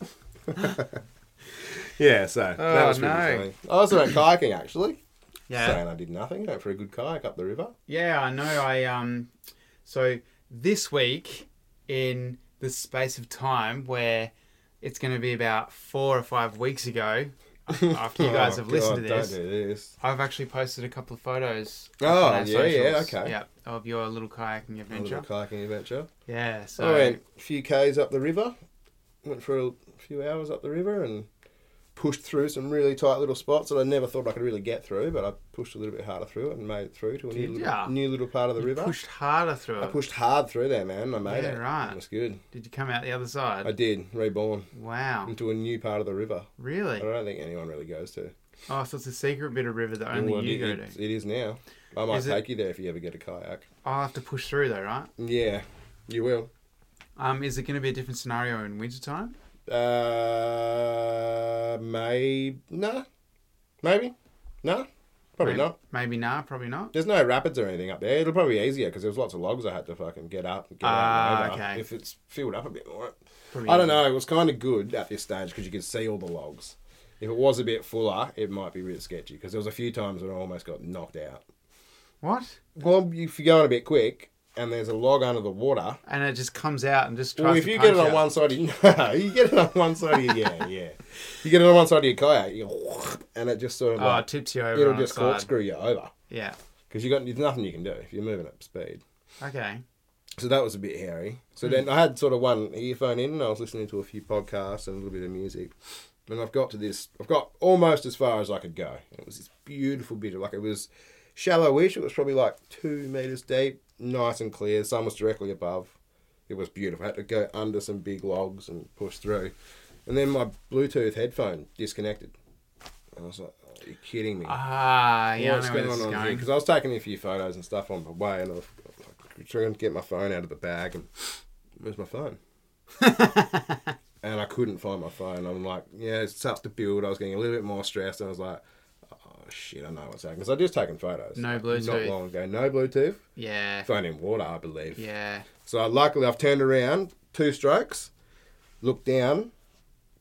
[SPEAKER 1] yeah, so
[SPEAKER 3] Oh,
[SPEAKER 1] that was
[SPEAKER 3] no.
[SPEAKER 1] really funny. I also went kayaking actually.
[SPEAKER 3] Yeah.
[SPEAKER 1] Saying I did nothing. Went for a good kayak up the river.
[SPEAKER 3] Yeah, I know. I um, so this week in the space of time where it's going to be about four or five weeks ago, after you guys
[SPEAKER 1] Oh,
[SPEAKER 3] have listened to
[SPEAKER 1] God,
[SPEAKER 3] this,
[SPEAKER 1] Don't do this.
[SPEAKER 3] I've actually posted a couple of photos. up
[SPEAKER 1] Oh,
[SPEAKER 3] on our
[SPEAKER 1] yeah, yeah, okay.
[SPEAKER 3] yeah, of your little kayaking
[SPEAKER 1] A little
[SPEAKER 3] adventure.
[SPEAKER 1] kayaking adventure.
[SPEAKER 3] Yeah,
[SPEAKER 1] I
[SPEAKER 3] so
[SPEAKER 1] went a few k's up the river. Went for a few hours up the river and pushed through some really tight little spots that I never thought I could really get through, but I pushed a little bit harder through it and made it through to a new
[SPEAKER 3] Did ya?
[SPEAKER 1] little, new little part of the
[SPEAKER 3] you
[SPEAKER 1] river.
[SPEAKER 3] pushed harder through
[SPEAKER 1] I
[SPEAKER 3] it.
[SPEAKER 1] pushed hard through there, man. I made
[SPEAKER 3] Yeah,
[SPEAKER 1] it.
[SPEAKER 3] right.
[SPEAKER 1] It was good.
[SPEAKER 3] Did you come out the other side?
[SPEAKER 1] I did. Reborn.
[SPEAKER 3] wow,
[SPEAKER 1] into a new part of the river. I
[SPEAKER 3] really?
[SPEAKER 1] don't think anyone really goes to.
[SPEAKER 3] Oh, so it's a secret bit of river that only
[SPEAKER 1] Well,
[SPEAKER 3] you
[SPEAKER 1] it,
[SPEAKER 3] go to.
[SPEAKER 1] it- it is now. I might
[SPEAKER 3] Is it-
[SPEAKER 1] take you there if you ever get a kayak.
[SPEAKER 3] I'll have to push through though, right?
[SPEAKER 1] Yeah, you will.
[SPEAKER 3] Um, is it going to be a different scenario in wintertime?
[SPEAKER 1] Uh, maybe nah, maybe nah, probably
[SPEAKER 3] maybe,
[SPEAKER 1] not.
[SPEAKER 3] Maybe not. Probably not.
[SPEAKER 1] There's no rapids or anything up there. It'll probably be easier because there was lots of logs I had to fucking get up. and Get out and
[SPEAKER 3] Ah,
[SPEAKER 1] over.
[SPEAKER 3] okay.
[SPEAKER 1] If it's filled up a bit more,
[SPEAKER 3] Probably
[SPEAKER 1] I don't know. It was kind of good at this stage because you could see all the logs. If it was a bit fuller, it might be a bit sketchy because there was a few times when I almost got knocked out.
[SPEAKER 3] What?
[SPEAKER 1] Well, if you're going a bit quick, and there's a log under the water.
[SPEAKER 3] and it just comes out and just tries
[SPEAKER 1] Well, if
[SPEAKER 3] to
[SPEAKER 1] you
[SPEAKER 3] punch
[SPEAKER 1] get it on one side, of you, you get it on one side. Of you, yeah, yeah. You get it on one side of your kayak, you go, and it just sort of
[SPEAKER 3] oh, it
[SPEAKER 1] like,
[SPEAKER 3] tips you over.
[SPEAKER 1] it'll
[SPEAKER 3] on
[SPEAKER 1] just
[SPEAKER 3] the side.
[SPEAKER 1] corkscrew you over
[SPEAKER 3] Yeah.
[SPEAKER 1] because you got there's nothing you can do if you're moving at speed.
[SPEAKER 3] Okay.
[SPEAKER 1] So that was a bit hairy. So then I had sort of one earphone in, and I was listening to a few podcasts and a little bit of music. And I've got to this, I've got almost as far as I could go. It was this beautiful bit of like it was shallowish. It was probably like two meters deep, nice and clear. The sun was directly above. It was beautiful. I had to go under some big logs and push through. And then my Bluetooth headphone disconnected. And I was like, oh, "You're kidding me!"
[SPEAKER 3] Ah, yeah.
[SPEAKER 1] what's
[SPEAKER 3] I know where
[SPEAKER 1] going on
[SPEAKER 3] this is
[SPEAKER 1] on here?
[SPEAKER 3] going.
[SPEAKER 1] Because I was taking a few photos and stuff on my way, and I was like, trying to get my phone out of the bag, and where's my phone? and I couldn't find my phone. I'm like, yeah, it starts to build. I was getting a little bit more stressed, and I was like, oh shit, I know what's happening. Because I just taken photos.
[SPEAKER 3] No
[SPEAKER 1] like, Not
[SPEAKER 3] Bluetooth.
[SPEAKER 1] long ago, no Bluetooth.
[SPEAKER 3] Yeah.
[SPEAKER 1] Phone in water, I believe.
[SPEAKER 3] Yeah.
[SPEAKER 1] So luckily, I've turned around two strokes, looked down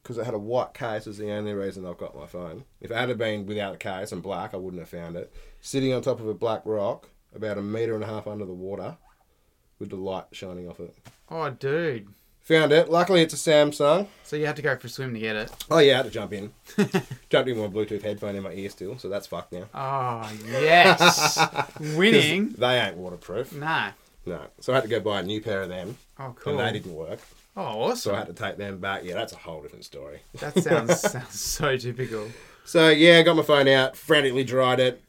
[SPEAKER 1] because it had a white case. Is the only reason I've got my phone. If it had been without a case and black, I wouldn't have found it. Sitting on top of a black rock, about a meter and a half under the water, with the light shining off it.
[SPEAKER 3] Oh, dude.
[SPEAKER 1] Found it. Luckily, it's a Samsung.
[SPEAKER 3] So you had to go for a swim to get it.
[SPEAKER 1] Oh yeah, I had to jump in. Jumped in with my Bluetooth headphone in my ear still, so that's fucked now.
[SPEAKER 3] Oh, yes.
[SPEAKER 1] 'Cause
[SPEAKER 3] Winning.
[SPEAKER 1] They ain't waterproof.
[SPEAKER 3] Nah.
[SPEAKER 1] No, so I had to go buy a new pair of them,
[SPEAKER 3] Oh, cool.
[SPEAKER 1] and they didn't work.
[SPEAKER 3] Oh,
[SPEAKER 1] So I
[SPEAKER 3] awesome.
[SPEAKER 1] had to take them back. Yeah, that's a whole different story.
[SPEAKER 3] That sounds sounds so typical.
[SPEAKER 1] So yeah, I got my phone out, frantically dried it,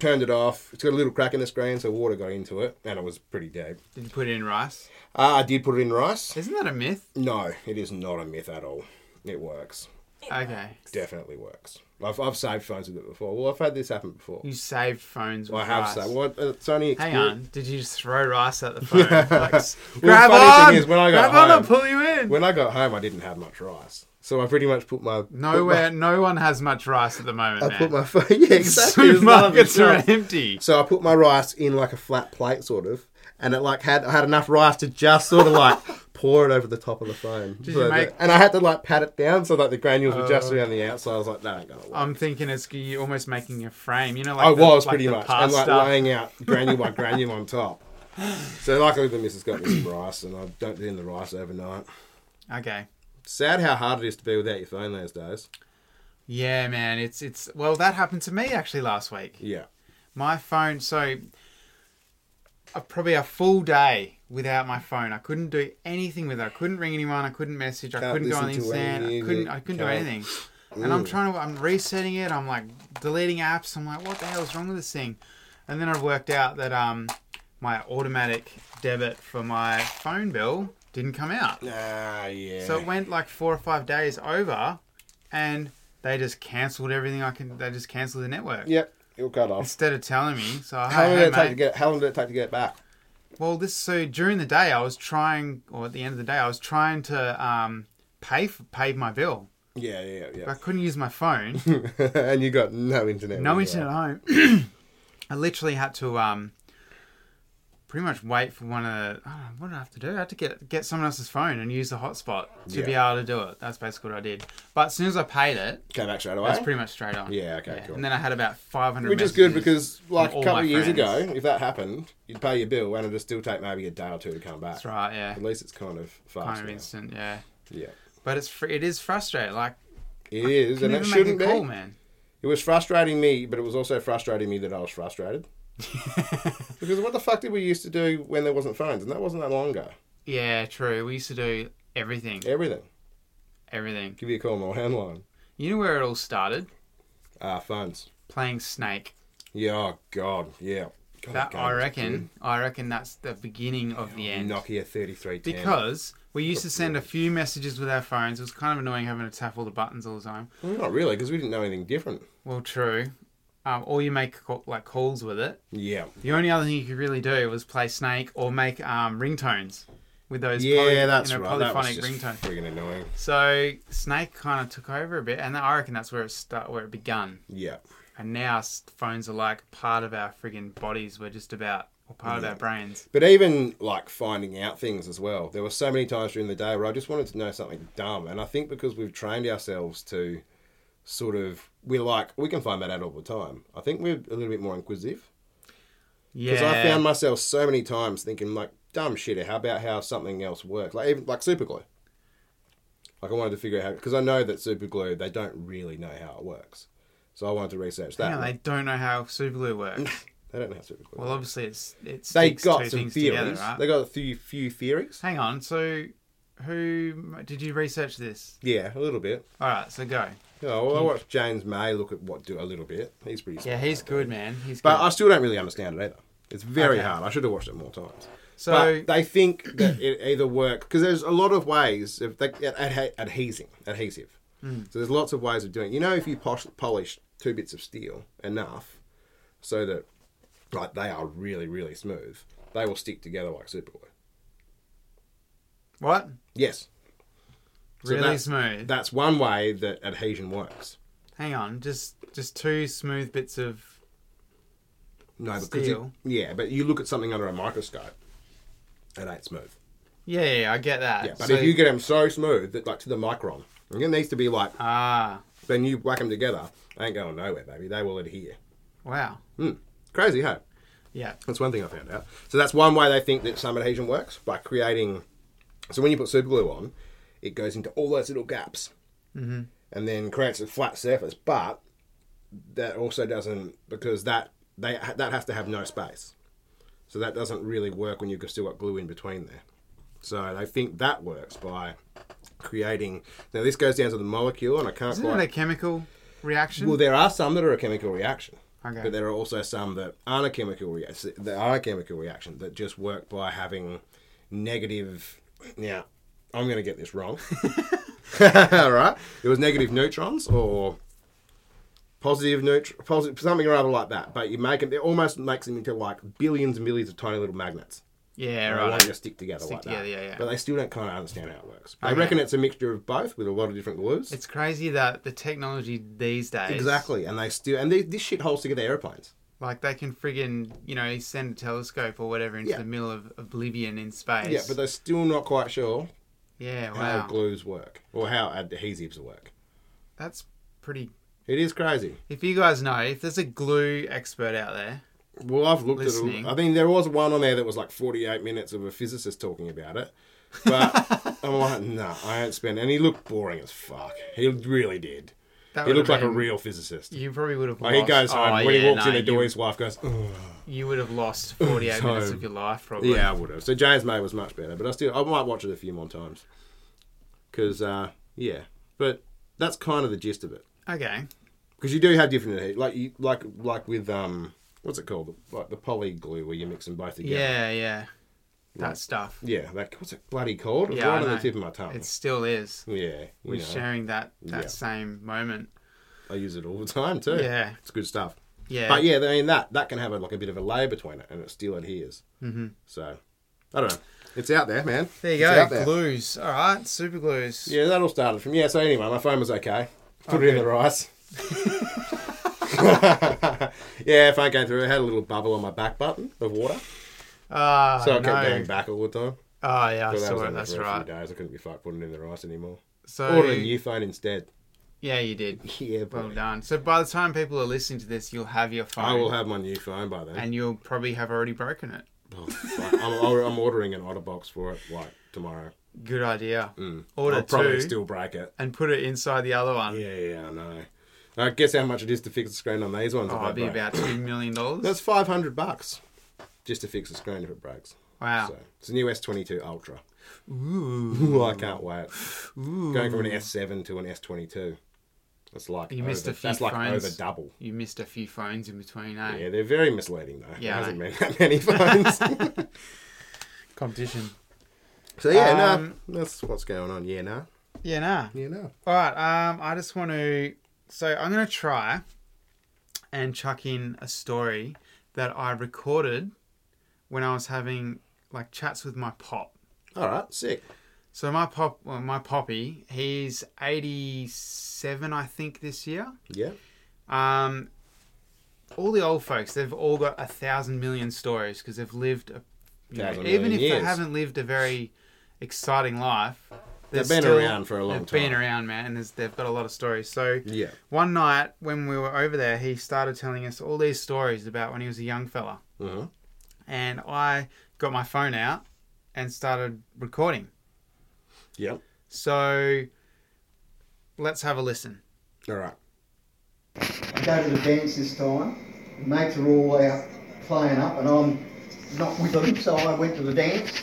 [SPEAKER 1] turned it off. It's got a little crack in the screen, so water got into it, and it was pretty deep.
[SPEAKER 3] Did you put it in rice?
[SPEAKER 1] Uh, I did put it in rice.
[SPEAKER 3] Isn't that a myth?
[SPEAKER 1] No, it is not a myth at all. It works.
[SPEAKER 3] Okay.
[SPEAKER 1] Definitely works. I've, I've saved phones with it before. Well, I've had this happen before.
[SPEAKER 3] You saved phones with
[SPEAKER 1] I have
[SPEAKER 3] rice.
[SPEAKER 1] saved. uh, Well, it's only.
[SPEAKER 3] Hang
[SPEAKER 1] exper-
[SPEAKER 3] on. Did you just throw rice at the phone? Like, s-
[SPEAKER 1] Well, the
[SPEAKER 3] grab
[SPEAKER 1] funny
[SPEAKER 3] on.
[SPEAKER 1] thing is, when I got
[SPEAKER 3] grab on, I'll
[SPEAKER 1] home-
[SPEAKER 3] pull you in.
[SPEAKER 1] When I got home, I didn't have much rice, so I pretty much put my
[SPEAKER 3] Nowhere, no one has much rice at the moment,
[SPEAKER 1] Put my, I
[SPEAKER 3] man.
[SPEAKER 1] put my phone. Yeah, exactly. There's none of it.
[SPEAKER 3] Supermarkets are empty.
[SPEAKER 1] So I put my rice in like a flat plate, sort of, and it like had I had enough rice to just sort of like pour it over the top of the phone.
[SPEAKER 3] Did
[SPEAKER 1] So
[SPEAKER 3] you
[SPEAKER 1] that-
[SPEAKER 3] make- Oh.
[SPEAKER 1] and I had to like pat it down so that the granules were just around the outside. I was like, that ain't gonna work.
[SPEAKER 3] I'm thinking it's you almost making a frame. You know, like
[SPEAKER 1] I
[SPEAKER 3] the-
[SPEAKER 1] was
[SPEAKER 3] Um, like
[SPEAKER 1] pretty
[SPEAKER 3] the
[SPEAKER 1] much, and like
[SPEAKER 3] pasta.
[SPEAKER 1] laying out granule by granule on top. So luckily, the missus got me some rice, and I dunked it in the rice overnight.
[SPEAKER 3] Okay.
[SPEAKER 1] Sad how hard it is to be without your phone these days.
[SPEAKER 3] Yeah, man. It's it's well that happened to me actually last week.
[SPEAKER 1] Yeah,
[SPEAKER 3] My phone. So, uh, probably a full day without my phone. I couldn't do anything with it. I couldn't ring anyone. I couldn't message. I
[SPEAKER 1] Can't
[SPEAKER 3] couldn't go on the
[SPEAKER 1] listen to any
[SPEAKER 3] internet. I
[SPEAKER 1] music,
[SPEAKER 3] couldn't. I couldn't do
[SPEAKER 1] can't-
[SPEAKER 3] anything. And I'm trying to. I'm resetting it. I'm like deleting apps. I'm like, what the hell is wrong with this thing? And then I worked out that um, my automatic debit for my phone bill didn't come out.
[SPEAKER 1] ah, yeah.
[SPEAKER 3] So it went like four or five days over, and they just cancelled everything. I can. They just cancelled the network
[SPEAKER 1] yep, it'll cut off.
[SPEAKER 3] instead of telling me. So I
[SPEAKER 1] How long
[SPEAKER 3] hey,
[SPEAKER 1] did it
[SPEAKER 3] hey,
[SPEAKER 1] take
[SPEAKER 3] mate.
[SPEAKER 1] to get? How long did it take to get back?
[SPEAKER 3] Well, this so during the day I was trying, or at the end of the day I was trying to um, pay for, pay my bill,
[SPEAKER 1] Yeah, yeah, yeah.
[SPEAKER 3] but I couldn't use my phone.
[SPEAKER 1] and you got no internet.
[SPEAKER 3] no
[SPEAKER 1] whatsoever.
[SPEAKER 3] internet at home. I literally had to um, pretty much wait for one of the. I don't know, what did I have to do? I had to get get someone else's phone and use the hotspot to be able to do it. That's basically what I did. But as soon as I paid it,
[SPEAKER 1] Came back straight
[SPEAKER 3] that's
[SPEAKER 1] away.
[SPEAKER 3] pretty much straight on.
[SPEAKER 1] Yeah, okay, cool.
[SPEAKER 3] And then I had about five hundred.
[SPEAKER 1] Which is good because, like, a
[SPEAKER 3] from all
[SPEAKER 1] couple
[SPEAKER 3] my
[SPEAKER 1] of years ago,
[SPEAKER 3] friends.
[SPEAKER 1] if that happened, you'd pay your bill and it'd still take maybe a day or two to come back.
[SPEAKER 3] that's right. Yeah,
[SPEAKER 1] At least it's kind of fast.
[SPEAKER 3] kind of
[SPEAKER 1] now.
[SPEAKER 3] instant. Yeah,
[SPEAKER 1] Yeah.
[SPEAKER 3] but it's fr- it is frustrating. Like
[SPEAKER 1] It is, and
[SPEAKER 3] never
[SPEAKER 1] it
[SPEAKER 3] make a
[SPEAKER 1] shouldn't be.
[SPEAKER 3] call, man.
[SPEAKER 1] It was frustrating me, but it was also frustrating me that I was frustrated. because what the fuck did we used to do when there wasn't phones? And that wasn't that long ago.
[SPEAKER 3] Yeah, true. We used to do everything,
[SPEAKER 1] Everything.
[SPEAKER 3] everything.
[SPEAKER 1] Give you a call on my handline.
[SPEAKER 3] You know where it all started?
[SPEAKER 1] Ah, phones.
[SPEAKER 3] Playing Snake.
[SPEAKER 1] Yeah, oh, God. Yeah. Oh, God,
[SPEAKER 3] That
[SPEAKER 1] game
[SPEAKER 3] I
[SPEAKER 1] was
[SPEAKER 3] reckon.
[SPEAKER 1] good.
[SPEAKER 3] I reckon that's the beginning of the end.
[SPEAKER 1] Nokia 3310.
[SPEAKER 3] Because we used to send a few messages with our phones. It was kind of annoying having to tap all the buttons all the time.
[SPEAKER 1] Well, not really, because we didn't know anything different.
[SPEAKER 3] Well, true. Um, or you make ca- like calls with it.
[SPEAKER 1] Yeah.
[SPEAKER 3] The only other thing you could really do was play Snake or make um, ringtones with those.
[SPEAKER 1] yeah,
[SPEAKER 3] poly-
[SPEAKER 1] that's
[SPEAKER 3] you know,
[SPEAKER 1] right. That was
[SPEAKER 3] Polyphonic
[SPEAKER 1] just
[SPEAKER 3] ringtone.
[SPEAKER 1] friggin' annoying.
[SPEAKER 3] So Snake kind of took over a bit, and I reckon that's where it start where it begun.
[SPEAKER 1] Yeah.
[SPEAKER 3] And now s- phones are like part of our friggin' bodies. We're just about, or part of our brains.
[SPEAKER 1] But even like finding out things as well. There were so many times during the day where I just wanted to know something dumb, and I think because we've trained ourselves to sort of we're like we can find that out all the time. I think we're a little bit more inquisitive. Because
[SPEAKER 3] Yeah.
[SPEAKER 1] I found myself so many times thinking like dumb shit. How about how something else works? Like even like super glue. Like I wanted to figure out how because I know that super glue they don't really know how it works. So I wanted to research that.
[SPEAKER 3] Hang on, they don't know how super glue works.
[SPEAKER 1] they don't know how super glue.
[SPEAKER 3] well, obviously it's it
[SPEAKER 1] they
[SPEAKER 3] sticks
[SPEAKER 1] got
[SPEAKER 3] two
[SPEAKER 1] some
[SPEAKER 3] things
[SPEAKER 1] theories.
[SPEAKER 3] together, right?
[SPEAKER 1] They got a few few theories.
[SPEAKER 3] Hang on. So, who did you research this?
[SPEAKER 1] Yeah, a little bit.
[SPEAKER 3] All right, so go.
[SPEAKER 1] Yeah, well, I watched James May look at what do a little bit. He's pretty.
[SPEAKER 3] Yeah,
[SPEAKER 1] smart.
[SPEAKER 3] he's good, man. He's
[SPEAKER 1] But
[SPEAKER 3] good.
[SPEAKER 1] I still don't really understand it either. It's very
[SPEAKER 3] Okay.
[SPEAKER 1] hard. I should have watched it more times.
[SPEAKER 3] so
[SPEAKER 1] but they think that it either works because there's a lot of ways of they, adhe- adhesing, adhesive.
[SPEAKER 3] Hmm.
[SPEAKER 1] So there's lots of ways of doing. it. You know, if you posh, polish two bits of steel enough, so that like they are really really smooth, they will stick together like super glue.
[SPEAKER 3] what?
[SPEAKER 1] Yes, So
[SPEAKER 3] Really
[SPEAKER 1] that-
[SPEAKER 3] smooth.
[SPEAKER 1] that's one way that adhesion works.
[SPEAKER 3] Hang on, just just two smooth bits of.
[SPEAKER 1] No, because you,
[SPEAKER 3] Steel.
[SPEAKER 1] yeah, but you look at something under a microscope, it ain't smooth.
[SPEAKER 3] Yeah, yeah, yeah, I get that.
[SPEAKER 1] Yeah, but
[SPEAKER 3] So-
[SPEAKER 1] if you get them so smooth that like to the micron, and it needs to be like
[SPEAKER 3] ah,
[SPEAKER 1] then you whack them together, they ain't going nowhere, baby. They will adhere.
[SPEAKER 3] wow,
[SPEAKER 1] Hmm. Crazy, huh?
[SPEAKER 3] yeah,
[SPEAKER 1] That's one thing I found out. So that's one way they think that some adhesion works by creating. So when you put super glue on, it goes into all those little gaps, and then creates a flat surface. But that also doesn't because that they that has to have no space, so that doesn't really work when you've still got glue in between there. So they think that works by creating. Now this goes down to the molecule, and I can't
[SPEAKER 3] isn't
[SPEAKER 1] quite.
[SPEAKER 3] it a chemical reaction?
[SPEAKER 1] Well, there are some that are a chemical reaction.
[SPEAKER 3] Okay.
[SPEAKER 1] But there are also some that aren't a chemical reaction. That are a chemical reaction that just work by having negative. Now, I'm going to get this wrong. All right. It was negative neutrons or positive neutron, positive something or other like that. But you make them. It almost makes them into like billions and billions of tiny little magnets.
[SPEAKER 3] yeah,
[SPEAKER 1] They want
[SPEAKER 3] right.
[SPEAKER 1] to stick together
[SPEAKER 3] Stick
[SPEAKER 1] like
[SPEAKER 3] together,
[SPEAKER 1] that.
[SPEAKER 3] yeah, yeah.
[SPEAKER 1] But they still don't kind of understand how it works. I
[SPEAKER 3] Okay.
[SPEAKER 1] reckon it's a mixture of both with a lot of different glues.
[SPEAKER 3] It's crazy that the technology these days,
[SPEAKER 1] Exactly, and they still and they, this shit holds together airplanes.
[SPEAKER 3] like they can friggin' you know send a telescope or whatever into
[SPEAKER 1] Yeah.
[SPEAKER 3] the middle of oblivion in space.
[SPEAKER 1] Yeah, but they're still not quite sure
[SPEAKER 3] yeah,
[SPEAKER 1] how
[SPEAKER 3] wow,
[SPEAKER 1] glues work or how adhesives work.
[SPEAKER 3] that's pretty.
[SPEAKER 1] It is crazy.
[SPEAKER 3] If you guys know, if there's a glue expert out there,
[SPEAKER 1] Well, I've looked
[SPEAKER 3] Listening.
[SPEAKER 1] at. I think there was one on there that was like forty-eight minutes of a physicist talking about it, but I'm like, nah, I ain't spend. And he looked boring as fuck. He really did.
[SPEAKER 3] that
[SPEAKER 1] He
[SPEAKER 3] would
[SPEAKER 1] looked
[SPEAKER 3] have
[SPEAKER 1] like a
[SPEAKER 3] been-
[SPEAKER 1] real physicist.
[SPEAKER 3] You probably would have.
[SPEAKER 1] Like he
[SPEAKER 3] lost-
[SPEAKER 1] goes
[SPEAKER 3] oh,
[SPEAKER 1] home when he
[SPEAKER 3] yeah,
[SPEAKER 1] walks in
[SPEAKER 3] no,
[SPEAKER 1] the door.
[SPEAKER 3] you-
[SPEAKER 1] His wife goes, "Ugh."
[SPEAKER 3] You would have lost 48
[SPEAKER 1] So-
[SPEAKER 3] minutes of your life, probably.
[SPEAKER 1] "Yeah, I would have." So James May was much better, but I still I might watch it a few more times because uh, yeah, but that's kind of the gist of it.
[SPEAKER 3] Okay.
[SPEAKER 1] because you do have different adhe- like you like like with um what's it called like the poly glue where you mix them both together.
[SPEAKER 3] Yeah, yeah. That stuff.
[SPEAKER 1] Yeah, that what's it bloody called? It's
[SPEAKER 3] Yeah,
[SPEAKER 1] right
[SPEAKER 3] I
[SPEAKER 1] on the
[SPEAKER 3] know.
[SPEAKER 1] tip of my tongue.
[SPEAKER 3] It still is.
[SPEAKER 1] yeah, you
[SPEAKER 3] We're
[SPEAKER 1] know,
[SPEAKER 3] sharing that that
[SPEAKER 1] Yeah.
[SPEAKER 3] same moment.
[SPEAKER 1] I use it all the time too.
[SPEAKER 3] Yeah.
[SPEAKER 1] it's good stuff.
[SPEAKER 3] Yeah.
[SPEAKER 1] But yeah, I mean that that can have a, like a bit of a layer between it, and it still adheres. Mm-hmm. So I don't know. It's out there, man.
[SPEAKER 3] There you
[SPEAKER 1] It's
[SPEAKER 3] go.
[SPEAKER 1] out there.
[SPEAKER 3] Glues. All right. Super glues.
[SPEAKER 1] Yeah, that all started from yeah. So anyway, my phone was okay. Put it in the rice. yeah, phone came through. It had a little bubble on my back button of water,
[SPEAKER 3] Ah,
[SPEAKER 1] so I kept
[SPEAKER 3] no.
[SPEAKER 1] going back all the time.
[SPEAKER 3] Oh, yeah.
[SPEAKER 1] Well, that
[SPEAKER 3] I
[SPEAKER 1] was
[SPEAKER 3] saw it.
[SPEAKER 1] only
[SPEAKER 3] That's
[SPEAKER 1] for a
[SPEAKER 3] right.
[SPEAKER 1] Few days. I couldn't be fucked putting it in the rice anymore.
[SPEAKER 3] So,
[SPEAKER 1] Order a new phone instead.
[SPEAKER 3] yeah, you did.
[SPEAKER 1] Yeah, boy.
[SPEAKER 3] Well done. So, by the time people are listening to this, you'll have your phone.
[SPEAKER 1] I will have my new phone by then.
[SPEAKER 3] And you'll probably have already broken it.
[SPEAKER 1] Oh, fuck. I'm, I'll- I'm ordering an OtterBox for it like tomorrow.
[SPEAKER 3] Good idea. Order
[SPEAKER 1] Mm. I'll probably
[SPEAKER 3] two
[SPEAKER 1] still break it.
[SPEAKER 3] and put it inside the other one.
[SPEAKER 1] Yeah, yeah, I know. Now, guess how much it is to fix the screen on these ones?
[SPEAKER 3] Oh,
[SPEAKER 1] if I
[SPEAKER 3] it'd be
[SPEAKER 1] break.
[SPEAKER 3] about $2 million.
[SPEAKER 1] That's five hundred bucks just to fix the screen if it breaks.
[SPEAKER 3] wow.
[SPEAKER 1] So it's a new S22 Ultra.
[SPEAKER 3] Ooh.
[SPEAKER 1] Ooh, I can't wait.
[SPEAKER 3] Ooh.
[SPEAKER 1] Going from an S7 to an S22. That's like
[SPEAKER 3] You missed
[SPEAKER 1] over-
[SPEAKER 3] a few
[SPEAKER 1] That's like
[SPEAKER 3] phones.
[SPEAKER 1] over double.
[SPEAKER 3] You missed a few phones in between, eh?
[SPEAKER 1] Yeah, they're very misleading though. Yeah,
[SPEAKER 3] Yeah, I
[SPEAKER 1] hasn't been that many phones.
[SPEAKER 3] Competition.
[SPEAKER 1] so yeah,
[SPEAKER 3] Um,
[SPEAKER 1] no, that's what's going on. Yeah, no,
[SPEAKER 3] Yeah, nah.
[SPEAKER 1] yeah, no.
[SPEAKER 3] All right. Um, I just want to. So I'm gonna try and chuck in a story that I recorded when I was having like chats with my pop.
[SPEAKER 1] All right, sick.
[SPEAKER 3] So my pop, well, my poppy, he's 87, I think, this year.
[SPEAKER 1] Yeah,
[SPEAKER 3] Um, all the old folks, they've all got a thousand million stories because they've lived, a, you know,
[SPEAKER 1] Thousand
[SPEAKER 3] even
[SPEAKER 1] million
[SPEAKER 3] if they
[SPEAKER 1] years.
[SPEAKER 3] haven't lived a very exciting life, they're
[SPEAKER 1] They've been
[SPEAKER 3] still-
[SPEAKER 1] around for a long
[SPEAKER 3] They've been
[SPEAKER 1] time.
[SPEAKER 3] around, man, and there's- they've got a lot of stories. So
[SPEAKER 1] yeah.
[SPEAKER 3] one night when we were over there, he started telling us all these stories about when he was a young fella.
[SPEAKER 1] Uh-huh.
[SPEAKER 3] and I got my phone out and started recording.
[SPEAKER 1] Yep.
[SPEAKER 3] So let's have a listen.
[SPEAKER 1] All right.
[SPEAKER 2] I go to the dance this time. The mates are all out playing up, and I'm not with them, so I went to the dance,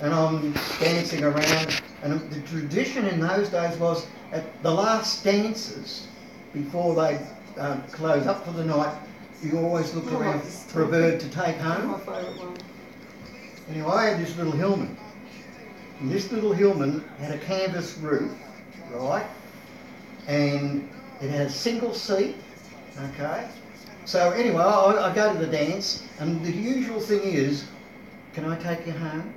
[SPEAKER 2] and I'm dancing around. And the tradition in those days was at the last dances, before they um, close up for the night, you always look around for a bird to take home. Anyway, I had this little Hillman. And this little Hillman had a canvas roof, right? And it had a single seat, okay? So anyway, I, I go to the dance, and the usual thing is, can I take you home?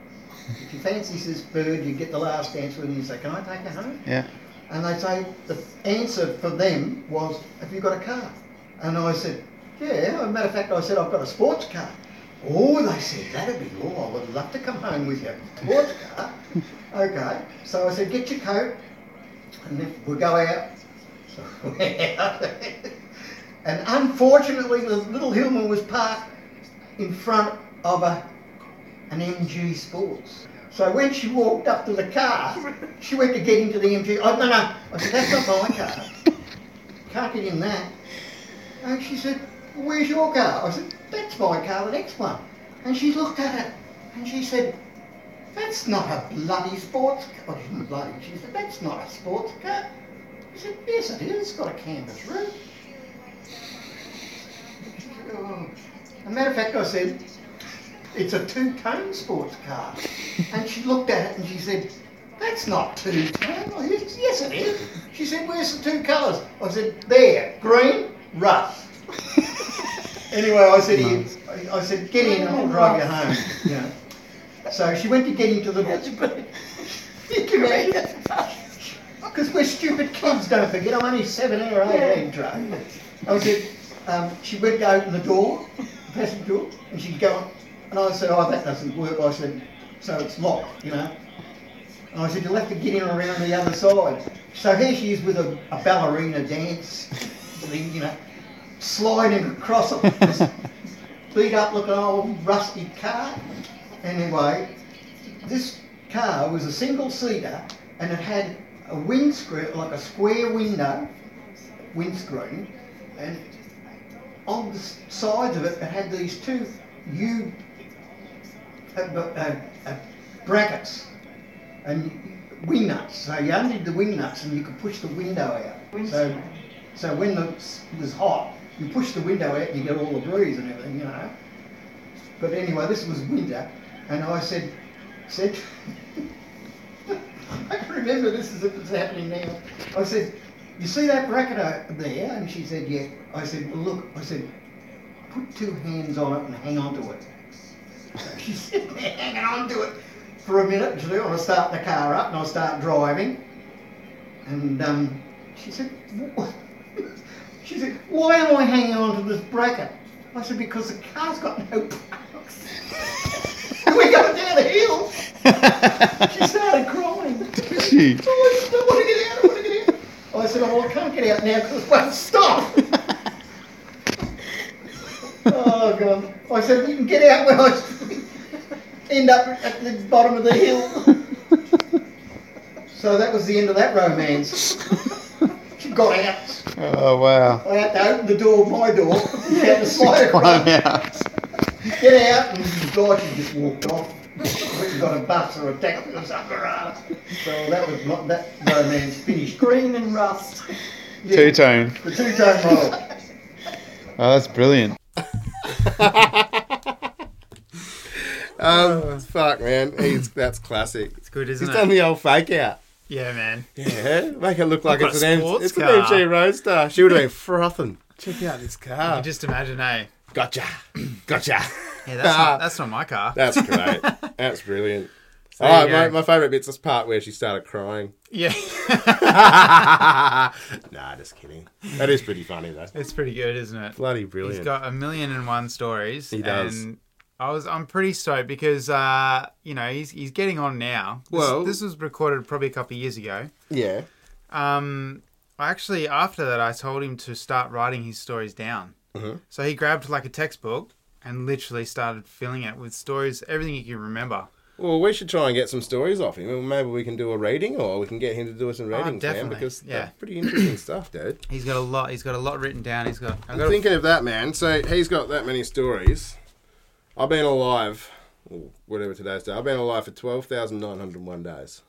[SPEAKER 2] If you fancy this bird, you get the last dance with, and you say, can I take you home?
[SPEAKER 3] Yeah.
[SPEAKER 2] And they say the answer for them was, have you got a car? And I said, yeah. As a matter of fact, I said, I've got a sports car. Oh, they said, that'd be cool. I would love to come home with you. Sports car? okay. So I said, get your coat and then we'll go out. So we went out. and unfortunately, the little Hillman was parked in front of a, an MG Sports. So when she walked up to the car, she went to get into the MG. Oh, no, no. I said, that's not my car. Can't get in that. And she said, well, where's your car? I said, that's my car, the next one. And she looked at it and she said, that's not a bloody sports car. I didn't bloody. She said, that's not a sports car. I said, yes it is. It's got a canvas roof. Oh. As a matter of fact, I said, it's a two-tone sports car. And she looked at it and she said, that's not two-tone. I said, yes it is. She said, where's the two colours? I said, there, green, rust. anyway, I said, "Here." I I said, get in and I'll drive you home. You know. So she went to get into the Because we're stupid kids, don't forget. I'm only 17 or 18, Joe. I said, um, she went to open the door, the passenger door, and she'd go, and I said, oh, that doesn't work. I said, so it's locked, you know. And I said, you'll have to get in around the other side. So here she is with a, a ballerina dance, thing, you know, sliding across a this beat up looking old rusty car. Anyway, this car was a single seater and it had a windscreen, like a square window, windscreen, and on the s- sides of it, it had these two U uh, uh, uh, brackets and wing nuts. So you undid the wing nuts and you could push the window out. So,
[SPEAKER 4] Windscreen.
[SPEAKER 2] so when the s- was hot, you push the window out and you get all the breeze and everything, you know. But anyway, this was winter, and I said, said, I can remember this as if it's happening now. I said, you see that bracket o- there? And she said, yeah. I said, well, look, I said, put two hands on it and hang on to it. So she's sitting there hanging on to it for a minute until I start the car up and I start driving. And um, she said, "Wha- she said, why am I hanging on to this bracket? I said, because the car's got no brakes. We're going down the hill. She started crying.
[SPEAKER 5] Gee.
[SPEAKER 2] I said, I want to get out, I want to get out. I said, oh, well, I can't get out now because it won't stop. oh, God. I said, we can get out when I end up at the bottom of the hill. so that was the end of that romance. She got out.
[SPEAKER 5] Oh wow.
[SPEAKER 2] I had to open the door of my door. She had to slide across.
[SPEAKER 5] Climb out.
[SPEAKER 2] Get out, and God, she just walked off. We got a bus or a taxi or something or other. So that was not that romance finished.
[SPEAKER 4] Green and rust.
[SPEAKER 2] Yeah,
[SPEAKER 5] Two tone.
[SPEAKER 2] The two-tone model.
[SPEAKER 5] Oh, that's brilliant.
[SPEAKER 1] Um, fuck, man. He's that's classic.
[SPEAKER 3] It's good, isn't
[SPEAKER 1] He's
[SPEAKER 3] it?
[SPEAKER 1] done the old fake out.
[SPEAKER 3] yeah, man.
[SPEAKER 1] Yeah, make it look like
[SPEAKER 3] got
[SPEAKER 1] it's
[SPEAKER 3] a
[SPEAKER 1] an, M-
[SPEAKER 3] sports
[SPEAKER 1] it's an
[SPEAKER 3] car.
[SPEAKER 1] MG Roadster. She would have been frothing. Check out this car.
[SPEAKER 3] Just imagine, eh?
[SPEAKER 1] Gotcha. Gotcha.
[SPEAKER 3] Yeah, that's,
[SPEAKER 1] Ah.
[SPEAKER 3] not, that's not my car.
[SPEAKER 1] That's great. That's brilliant.
[SPEAKER 3] there
[SPEAKER 1] oh,
[SPEAKER 3] you
[SPEAKER 1] my,
[SPEAKER 3] go.
[SPEAKER 1] my favourite bit's this part where she started crying.
[SPEAKER 3] Yeah,
[SPEAKER 1] Ah. nah, just kidding. That is pretty funny, though.
[SPEAKER 3] it's pretty good, isn't it?
[SPEAKER 1] Bloody brilliant.
[SPEAKER 3] He's got a million and one stories.
[SPEAKER 1] He does.
[SPEAKER 3] And I was I'm pretty stoked because uh, you know he's he's getting on now. This,
[SPEAKER 1] Well-
[SPEAKER 3] this was recorded probably a couple of years ago.
[SPEAKER 1] yeah.
[SPEAKER 3] Um, I
[SPEAKER 1] Uh-huh.
[SPEAKER 3] actually after that I told him to start writing his stories down. So he grabbed like a textbook and literally started filling it with stories, everything you can remember.
[SPEAKER 1] Well, we should try and get some stories off him. and Maybe we can do a reading, or we can get him to do us some reading, man.
[SPEAKER 3] Oh, definitely.
[SPEAKER 1] Because
[SPEAKER 3] Yeah.
[SPEAKER 1] that's pretty interesting stuff, dude.
[SPEAKER 3] He's got a lot. He's got a lot written down. He's got. I've
[SPEAKER 1] I'm
[SPEAKER 3] got a,
[SPEAKER 1] thinking of that, man. So he's got that many stories. I've been alive, or whatever today's day. I've been alive for twelve thousand nine hundred one days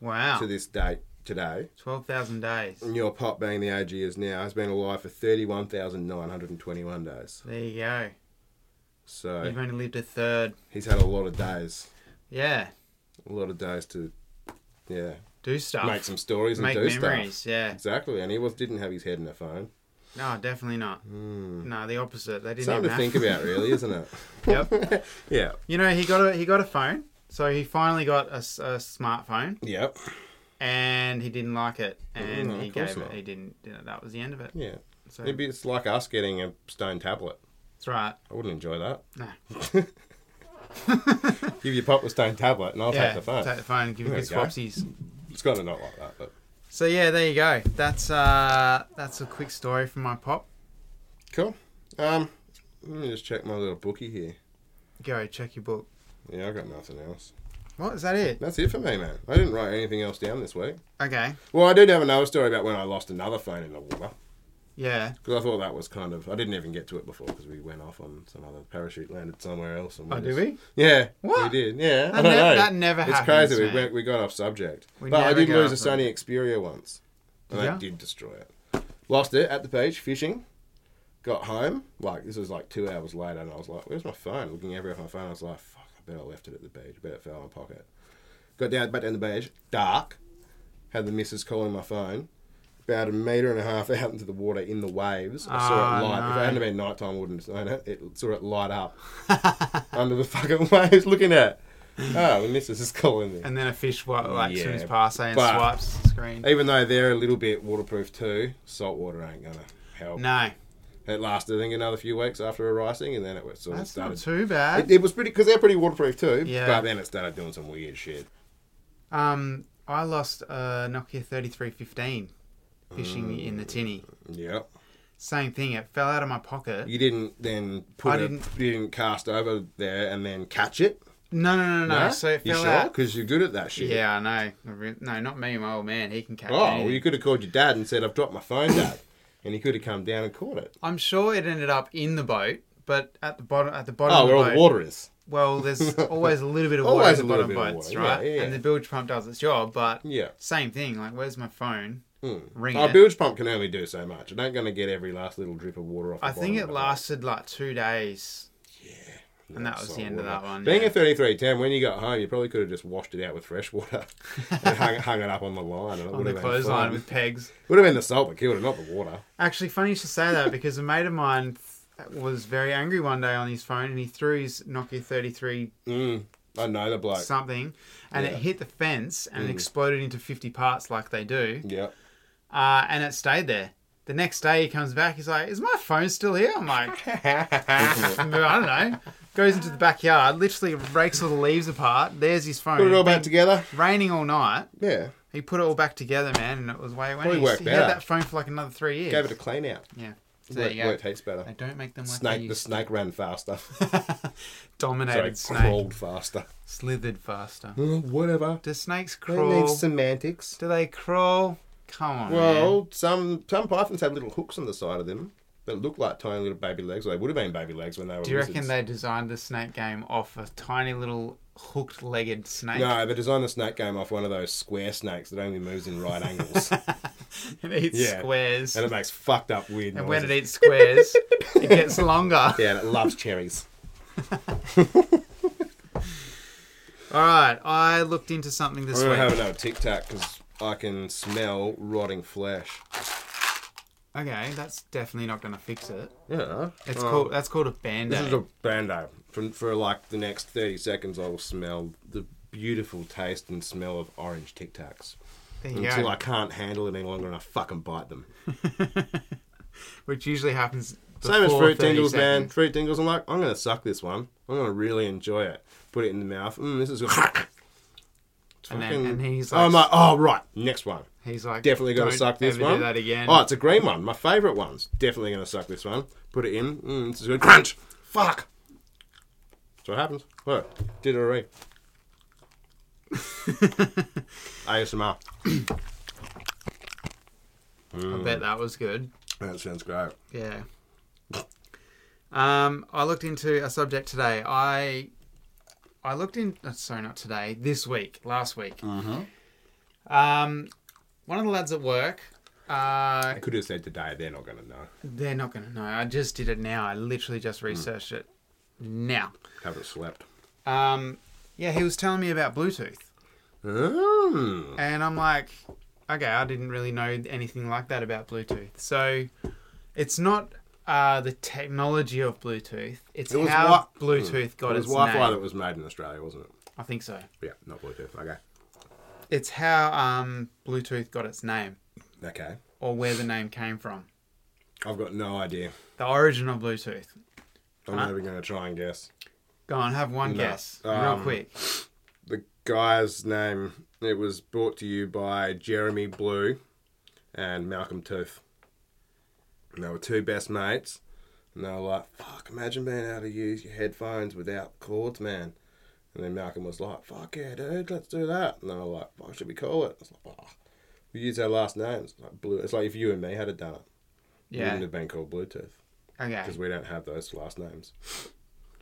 [SPEAKER 3] wow,
[SPEAKER 1] to Mm. this date today.
[SPEAKER 3] twelve thousand days.
[SPEAKER 1] And your pop being the age he is now has been alive for thirty-one thousand nine hundred and twenty-one days.
[SPEAKER 3] There you go.
[SPEAKER 1] So
[SPEAKER 3] You've only lived a third.
[SPEAKER 1] he's had a lot of days,
[SPEAKER 3] Yeah,
[SPEAKER 1] a lot of days to, yeah,
[SPEAKER 3] do stuff.
[SPEAKER 1] make some stories and
[SPEAKER 3] Oh. Make
[SPEAKER 1] do
[SPEAKER 3] memories.
[SPEAKER 1] stuff.
[SPEAKER 3] Yeah.
[SPEAKER 1] Exactly, and he was didn't have his head in a phone.
[SPEAKER 3] No, definitely not. No, the opposite. They didn't
[SPEAKER 1] Hmm. Something
[SPEAKER 3] even
[SPEAKER 1] to think
[SPEAKER 3] have-
[SPEAKER 1] about, really, isn't it?
[SPEAKER 3] yep.
[SPEAKER 1] Yeah.
[SPEAKER 3] You know, he got a he got a phone. So he finally got a, s- a smartphone,
[SPEAKER 1] Yep.
[SPEAKER 3] and he didn't like it, and
[SPEAKER 1] No,
[SPEAKER 3] he
[SPEAKER 1] Hmm, of course
[SPEAKER 3] gave it.
[SPEAKER 1] not.
[SPEAKER 3] He didn't. You know, that was the end of it.
[SPEAKER 1] Yeah.
[SPEAKER 3] So
[SPEAKER 1] It'd be, it's like us getting a stone tablet.
[SPEAKER 3] that's right.
[SPEAKER 1] I wouldn't enjoy that.
[SPEAKER 3] No.
[SPEAKER 1] Give your pop a stone tablet, and I'll
[SPEAKER 3] yeah,
[SPEAKER 1] take the phone.
[SPEAKER 3] Take the phone. Give it
[SPEAKER 1] There
[SPEAKER 3] good
[SPEAKER 1] you go.
[SPEAKER 3] swapsies.
[SPEAKER 1] It's kind of not like that, but
[SPEAKER 3] So yeah, there you go. That's uh, that's a quick story from my pop.
[SPEAKER 1] cool. Um, let me just check my little bookie here.
[SPEAKER 3] Go check your book.
[SPEAKER 1] Yeah, I got nothing else.
[SPEAKER 3] What is that? It
[SPEAKER 1] That's it for me, man. I didn't write anything else down this week.
[SPEAKER 3] okay?
[SPEAKER 1] Well, I did have another story about when I lost another phone in the water
[SPEAKER 3] Yeah,
[SPEAKER 1] because I thought that was kind of. I didn't even get to it before because we went off on some other parachute landed somewhere else. And
[SPEAKER 3] Oh,
[SPEAKER 1] just-
[SPEAKER 3] did we?
[SPEAKER 1] Yeah,
[SPEAKER 3] What?
[SPEAKER 1] we did. Yeah,
[SPEAKER 3] That
[SPEAKER 1] I don't
[SPEAKER 3] ne-
[SPEAKER 1] know.
[SPEAKER 3] that never
[SPEAKER 1] it's
[SPEAKER 3] happens,
[SPEAKER 1] crazy.
[SPEAKER 3] man.
[SPEAKER 1] We went, we got off subject,
[SPEAKER 3] We
[SPEAKER 1] but I
[SPEAKER 3] never
[SPEAKER 1] did
[SPEAKER 3] go
[SPEAKER 1] lose a
[SPEAKER 3] off on
[SPEAKER 1] Sony Xperia once, and
[SPEAKER 3] Did
[SPEAKER 1] that
[SPEAKER 3] ya?
[SPEAKER 1] did destroy it. Lost it at the beach fishing. Got home like this was like two hours later, and I was like, "Where's my phone?" Looking everywhere for my phone, I was like, "Fuck! I bet I left it at the beach. I bet it fell in my pocket." Got down back down the beach, dark. Had the missus calling my phone. About a meter and a half out into the water in the waves. I saw it
[SPEAKER 3] Oh,
[SPEAKER 1] light. If
[SPEAKER 3] no.
[SPEAKER 1] it hadn't been nighttime, I wouldn't have known it. It saw it light up under the fucking waves looking at. Oh, the missus is calling me.
[SPEAKER 3] and then a fish wa- like
[SPEAKER 1] Yeah,
[SPEAKER 3] swims past and
[SPEAKER 1] but-
[SPEAKER 3] swipes the screen.
[SPEAKER 1] Even though they're a little bit waterproof too, salt water ain't gonna help.
[SPEAKER 3] No,
[SPEAKER 1] It lasted, I think, another few weeks after erasing, and then it was sort of
[SPEAKER 3] that's not
[SPEAKER 1] started.
[SPEAKER 3] too
[SPEAKER 1] it,
[SPEAKER 3] bad.
[SPEAKER 1] it was pretty because they're pretty waterproof too.
[SPEAKER 3] Yeah.
[SPEAKER 1] But then it started doing some weird shit.
[SPEAKER 3] Um, I lost a Nokia thirty three fifteen fishing in the tinny.
[SPEAKER 1] Mm. Yep.
[SPEAKER 3] Same thing. It fell out of my pocket.
[SPEAKER 1] You didn't then put
[SPEAKER 3] I
[SPEAKER 1] it.
[SPEAKER 3] didn't-
[SPEAKER 1] You didn't cast over there and then catch it.
[SPEAKER 3] No, no, no, no.
[SPEAKER 1] No?
[SPEAKER 3] So it
[SPEAKER 1] you
[SPEAKER 3] fell
[SPEAKER 1] sure?
[SPEAKER 3] out.
[SPEAKER 1] Because you're good at that shit.
[SPEAKER 3] Yeah, I know. I re- No, not me. My old man. He can catch.
[SPEAKER 1] Oh, well, you
[SPEAKER 3] anything.
[SPEAKER 1] could have called your dad and said, "I've dropped my phone, dad," and he could have come down and caught it.
[SPEAKER 3] I'm sure it ended up in the boat, but at the bottom, at the bottom.
[SPEAKER 1] Oh,
[SPEAKER 3] of the
[SPEAKER 1] where all
[SPEAKER 3] boat,
[SPEAKER 1] the water is.
[SPEAKER 3] Well, there's always a little bit of water
[SPEAKER 1] Always
[SPEAKER 3] at the
[SPEAKER 1] a little
[SPEAKER 3] bottom
[SPEAKER 1] bit of
[SPEAKER 3] boats,
[SPEAKER 1] water, yeah,
[SPEAKER 3] right?
[SPEAKER 1] yeah, yeah.
[SPEAKER 3] And the bilge pump does its job, but
[SPEAKER 1] Yeah.
[SPEAKER 3] same thing. Like, where's my phone?
[SPEAKER 1] Hmm.
[SPEAKER 3] Ring
[SPEAKER 1] Our
[SPEAKER 3] it.
[SPEAKER 1] Oh, bilge pump can only do so much. It ain't going to get every last little drip of water off. The
[SPEAKER 3] I think
[SPEAKER 1] bottom
[SPEAKER 3] it
[SPEAKER 1] of the
[SPEAKER 3] lasted like two days,
[SPEAKER 1] boat.
[SPEAKER 3] and that was
[SPEAKER 1] So
[SPEAKER 3] the end of
[SPEAKER 1] water.
[SPEAKER 3] that one.
[SPEAKER 1] Being
[SPEAKER 3] yeah.
[SPEAKER 1] a thirty-three ten, when you got home, you probably could have just washed it out with fresh water and hung, hung it up on the line. And it
[SPEAKER 3] on
[SPEAKER 1] would
[SPEAKER 3] the
[SPEAKER 1] have been
[SPEAKER 3] clothesline
[SPEAKER 1] fun.
[SPEAKER 3] with pegs.
[SPEAKER 1] Would have been the salt that killed it, not the water.
[SPEAKER 3] Actually, funny you should say that because a mate of mine th- was very angry one day on his phone, and he threw his Nokia 33
[SPEAKER 1] Mm, I know the bloke.
[SPEAKER 3] something, and
[SPEAKER 1] Yeah. Mm.
[SPEAKER 3] it hit the fence and it exploded into 50 parts like they do.
[SPEAKER 1] Yeah.
[SPEAKER 3] uh, and it stayed there. The next day he comes back, he's like, "Is my phone still here?" I'm like, "Ah, "I don't know." Goes into the backyard, literally rakes all the leaves apart. There's his phone.
[SPEAKER 1] Put it all back
[SPEAKER 3] Been
[SPEAKER 1] together.
[SPEAKER 3] Raining all night.
[SPEAKER 1] Yeah.
[SPEAKER 3] He put it all back together, man, and it was way away.
[SPEAKER 1] Probably
[SPEAKER 3] He,
[SPEAKER 1] worked
[SPEAKER 3] he had
[SPEAKER 1] better.
[SPEAKER 3] that phone for like another three years.
[SPEAKER 1] Gave it a clean out.
[SPEAKER 3] yeah. So there
[SPEAKER 1] Worked,
[SPEAKER 3] you go.
[SPEAKER 1] worked heaps
[SPEAKER 3] They
[SPEAKER 1] better.
[SPEAKER 3] don't make them like
[SPEAKER 1] Snake.
[SPEAKER 3] they
[SPEAKER 1] The
[SPEAKER 3] used
[SPEAKER 1] snake ran faster.
[SPEAKER 3] Dominated
[SPEAKER 1] Sorry,
[SPEAKER 3] snake,
[SPEAKER 1] crawled faster.
[SPEAKER 3] slithered faster.
[SPEAKER 1] Uh, Whatever.
[SPEAKER 3] Do snakes
[SPEAKER 1] They
[SPEAKER 3] crawl?
[SPEAKER 1] semantics.
[SPEAKER 3] Do they crawl? Come on, man.
[SPEAKER 1] Well, some some pythons have little hooks on the side of them that look like tiny little baby legs. Or they would have been baby legs when they were.
[SPEAKER 3] Do you reckon
[SPEAKER 1] lizards.
[SPEAKER 3] they designed the snake game off a tiny little hooked-legged snake?
[SPEAKER 1] No, they designed the snake game off one of those square snakes that only moves in right angles,
[SPEAKER 3] it eats
[SPEAKER 1] Yeah.
[SPEAKER 3] squares.
[SPEAKER 1] and it makes fucked up weird
[SPEAKER 3] And
[SPEAKER 1] noises.
[SPEAKER 3] when it eats squares, it gets longer.
[SPEAKER 1] yeah, and it loves cherries.
[SPEAKER 3] All right, I looked into something this
[SPEAKER 1] We're gonna
[SPEAKER 3] week.
[SPEAKER 1] have another tic tac because I can smell rotting flesh.
[SPEAKER 3] Okay, that's definitely not going to fix it.
[SPEAKER 1] Yeah,
[SPEAKER 3] It's
[SPEAKER 1] Oh,
[SPEAKER 3] called that's called a band
[SPEAKER 1] This is a
[SPEAKER 3] aid.
[SPEAKER 1] bando. For, for like the next thirty seconds, I will smell the beautiful taste and smell of orange tic tacs.
[SPEAKER 3] There you
[SPEAKER 1] until
[SPEAKER 3] go.
[SPEAKER 1] I can't handle it any longer and I fucking bite them.
[SPEAKER 3] Which usually happens.
[SPEAKER 1] Same as
[SPEAKER 3] before
[SPEAKER 1] fruit
[SPEAKER 3] 30
[SPEAKER 1] tingles, man.
[SPEAKER 3] seconds.
[SPEAKER 1] Fruit tingles. I'm like, I'm gonna suck this one. I'm gonna really enjoy it. Put it in the mouth. Mm, this is good. It's
[SPEAKER 3] And then-
[SPEAKER 1] fucking-
[SPEAKER 3] and he's
[SPEAKER 1] I'm like,
[SPEAKER 3] like-
[SPEAKER 1] oh right, next one.
[SPEAKER 3] He's like,
[SPEAKER 1] Definitely gonna
[SPEAKER 3] "Don't
[SPEAKER 1] suck this
[SPEAKER 3] ever
[SPEAKER 1] one.
[SPEAKER 3] Do that again.
[SPEAKER 1] Oh, it's a green one. My favourite ones. Definitely gonna suck this one. Put it in. Mm, this is good. Crunch. Fuck. That's what happens. Look, did it already. ASMR.
[SPEAKER 3] I
[SPEAKER 1] Mm.
[SPEAKER 3] bet that was good.
[SPEAKER 1] That sounds great.
[SPEAKER 3] Yeah. Um, I looked into a subject today. I I looked in. uh, Sorry, not today. This week, last week.
[SPEAKER 1] Uh-huh.
[SPEAKER 3] Um, one of the lads at work. Uh,
[SPEAKER 1] I could have said today, they're not going to know.
[SPEAKER 3] they're not gonna know. I just did it now. I literally just
[SPEAKER 1] Mm.
[SPEAKER 3] researched it now.
[SPEAKER 1] Haven't slept.
[SPEAKER 3] Um, yeah, he was telling me about Bluetooth,
[SPEAKER 1] Mm.
[SPEAKER 3] and I'm like, okay, I didn't really know anything like that about Bluetooth. So, it's not uh, the technology of Bluetooth; it's
[SPEAKER 1] It was
[SPEAKER 3] how
[SPEAKER 1] wi-
[SPEAKER 3] Bluetooth got
[SPEAKER 1] it was
[SPEAKER 3] its
[SPEAKER 1] Wi-Fi
[SPEAKER 3] name.
[SPEAKER 1] that was made in Australia, wasn't it?
[SPEAKER 3] I think so.
[SPEAKER 1] Yeah, not Bluetooth. Okay.
[SPEAKER 3] It's how um, Bluetooth got its name,
[SPEAKER 1] Okay.
[SPEAKER 3] or where the name came from,
[SPEAKER 1] I've got no idea.
[SPEAKER 3] the origin of Bluetooth.
[SPEAKER 1] I'm
[SPEAKER 3] Huh?
[SPEAKER 1] not even going to try and guess.
[SPEAKER 3] Go on, have one
[SPEAKER 1] No.
[SPEAKER 3] guess, real
[SPEAKER 1] Um,
[SPEAKER 3] quick.
[SPEAKER 1] The guy's name, it was brought to you by Jeremy Blue and Malcolm Tooth. And they were two best mates. And they were like, fuck, imagine being able to use your headphones without cords, man. And then Malcolm was like, fuck yeah, dude, let's do that. And they were like, what should we call it? I was like, oh, we use our last names. Like Blue. It's like if you and me had have done it, we
[SPEAKER 3] Yeah.
[SPEAKER 1] wouldn't have been called Bluetooth
[SPEAKER 3] Okay.
[SPEAKER 1] because we don't have those last names.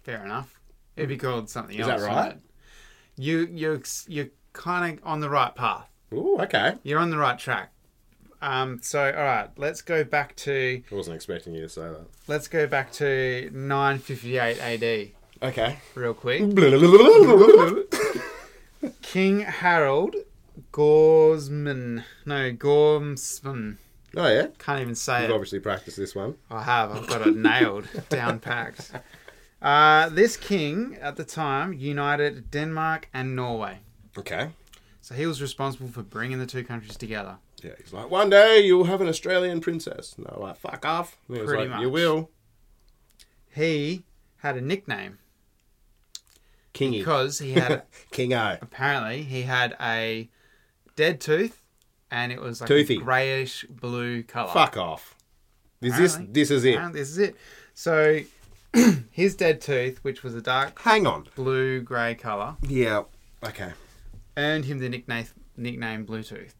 [SPEAKER 3] Fair enough. It'd be called something
[SPEAKER 1] Is that
[SPEAKER 3] else. wouldn't
[SPEAKER 1] right?
[SPEAKER 3] it? You you you're kind of on the right path.
[SPEAKER 1] Ooh, okay.
[SPEAKER 3] You're on the right track. Um, so all right, let's go back to
[SPEAKER 1] I wasn't expecting you to say that.
[SPEAKER 3] let's go back to 958 AD
[SPEAKER 1] Okay.
[SPEAKER 3] real quick.
[SPEAKER 1] okay.
[SPEAKER 3] King Harold Gorsman, no Gormsman.
[SPEAKER 1] Oh yeah,
[SPEAKER 3] Can't even say
[SPEAKER 1] you've
[SPEAKER 3] it.
[SPEAKER 1] obviously practiced this one.
[SPEAKER 3] I have. I've got it nailed, down packed. Uh, this king at the time united Denmark and Norway.
[SPEAKER 1] Okay.
[SPEAKER 3] So he was responsible for bringing the two countries together.
[SPEAKER 1] Yeah, he's like, one day you'll have an Australian princess. No, like, fuck off. And he was
[SPEAKER 3] Pretty
[SPEAKER 1] like, you
[SPEAKER 3] much.
[SPEAKER 1] will.
[SPEAKER 3] He had a nickname
[SPEAKER 1] Kingy.
[SPEAKER 3] because he had
[SPEAKER 1] Kingo.
[SPEAKER 3] apparently he had a dead tooth, and it was like
[SPEAKER 1] Toothy.
[SPEAKER 3] a greyish blue color.
[SPEAKER 1] Fuck off. Is this
[SPEAKER 3] Apparently.
[SPEAKER 1] this is it?
[SPEAKER 3] Apparently This is it. So his dead tooth, which was a dark
[SPEAKER 1] Hang on.
[SPEAKER 3] blue grey color,
[SPEAKER 1] Yeah. Okay.
[SPEAKER 3] earned him the nickname nickname Bluetooth.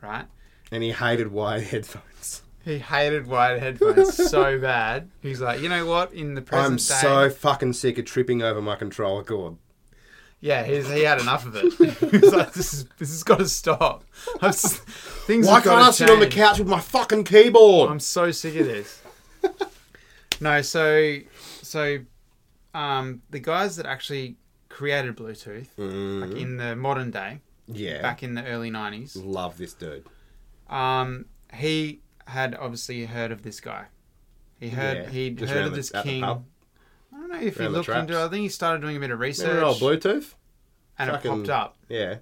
[SPEAKER 3] Right.
[SPEAKER 1] And he hated wired headphones.
[SPEAKER 3] He hated wired headphones so bad. He's like, you know what? In the present
[SPEAKER 1] I'm
[SPEAKER 3] day,
[SPEAKER 1] so fucking sick of tripping over my controller cord.
[SPEAKER 3] yeah, he's, he had enough of it. he's like, this is this has got to stop. I've s- things
[SPEAKER 1] Why
[SPEAKER 3] have
[SPEAKER 1] can't
[SPEAKER 3] gotta
[SPEAKER 1] I sit on the
[SPEAKER 3] change.
[SPEAKER 1] couch with my fucking keyboard?
[SPEAKER 3] I'm so sick of this. no, so so um, the guys that actually created Bluetooth
[SPEAKER 1] Mm.
[SPEAKER 3] like in the modern day,
[SPEAKER 1] Mm-hmm. yeah. Mm-hmm.
[SPEAKER 3] back in the early '90s,
[SPEAKER 1] Love this dude.
[SPEAKER 3] um, he had obviously heard of this guy. He heard
[SPEAKER 1] Yeah,
[SPEAKER 3] he'd
[SPEAKER 1] just
[SPEAKER 3] heard
[SPEAKER 1] around
[SPEAKER 3] of
[SPEAKER 1] the-
[SPEAKER 3] this
[SPEAKER 1] at the
[SPEAKER 3] king. I
[SPEAKER 1] pub.
[SPEAKER 3] don't know if he
[SPEAKER 1] Around the
[SPEAKER 3] looked into. it.
[SPEAKER 1] traps.
[SPEAKER 3] I think he started doing a bit of
[SPEAKER 1] Remember old
[SPEAKER 3] research,
[SPEAKER 1] Bluetooth?
[SPEAKER 3] and it
[SPEAKER 1] Fucking-
[SPEAKER 3] popped up.
[SPEAKER 1] Yeah.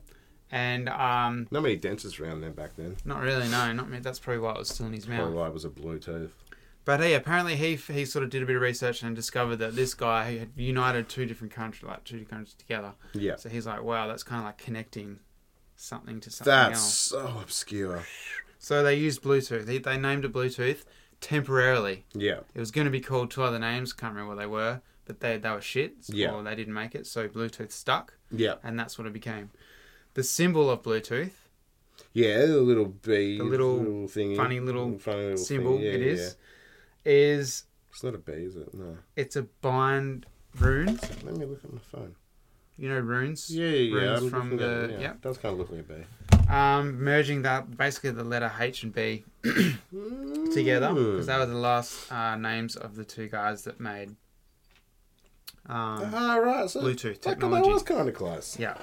[SPEAKER 3] And um,
[SPEAKER 1] Not many dentists around there back then.
[SPEAKER 3] not really, no, not me. That's probably why it was still in his mouth.
[SPEAKER 1] Probably why it was a Bluetooth.
[SPEAKER 3] But hey, apparently he he sort of did a bit of research and discovered that this guy had united two different countries, like two countries together.
[SPEAKER 1] Yeah.
[SPEAKER 3] So he's like, wow, that's kind of like connecting something to something
[SPEAKER 1] That's
[SPEAKER 3] else.
[SPEAKER 1] so obscure.
[SPEAKER 3] So they used Bluetooth. They, they named it Bluetooth temporarily.
[SPEAKER 1] Yeah.
[SPEAKER 3] It was going to be called two other names. Can't remember what they were, but they they were shit.
[SPEAKER 1] Yeah.
[SPEAKER 3] Or they didn't make it, so Bluetooth stuck,
[SPEAKER 1] Yeah.
[SPEAKER 3] and that's what it became. The symbol of Bluetooth,
[SPEAKER 1] Yeah, the little bee.
[SPEAKER 3] The little
[SPEAKER 1] thingy.
[SPEAKER 3] funny little
[SPEAKER 1] funny little
[SPEAKER 3] symbol
[SPEAKER 1] thingy. Yeah,
[SPEAKER 3] it
[SPEAKER 1] yeah.
[SPEAKER 3] is, is
[SPEAKER 1] It's not a bee, is it? No.
[SPEAKER 3] it's a bind rune.
[SPEAKER 1] Let me look at my phone.
[SPEAKER 3] You know runes.
[SPEAKER 1] Yeah, yeah, yeah.
[SPEAKER 3] Runes
[SPEAKER 1] I'm
[SPEAKER 3] from
[SPEAKER 1] looking at
[SPEAKER 3] the-
[SPEAKER 1] it, yeah.
[SPEAKER 3] yeah.
[SPEAKER 1] It does kind of look like a bee.
[SPEAKER 3] um, merging that basically the letter H and B Mm. together because they were the last uh, names of the two guys that made. Um,
[SPEAKER 1] Ah, right. So
[SPEAKER 3] Bluetooth
[SPEAKER 1] fucking
[SPEAKER 3] technology.
[SPEAKER 1] That was kind of close.
[SPEAKER 3] yeah,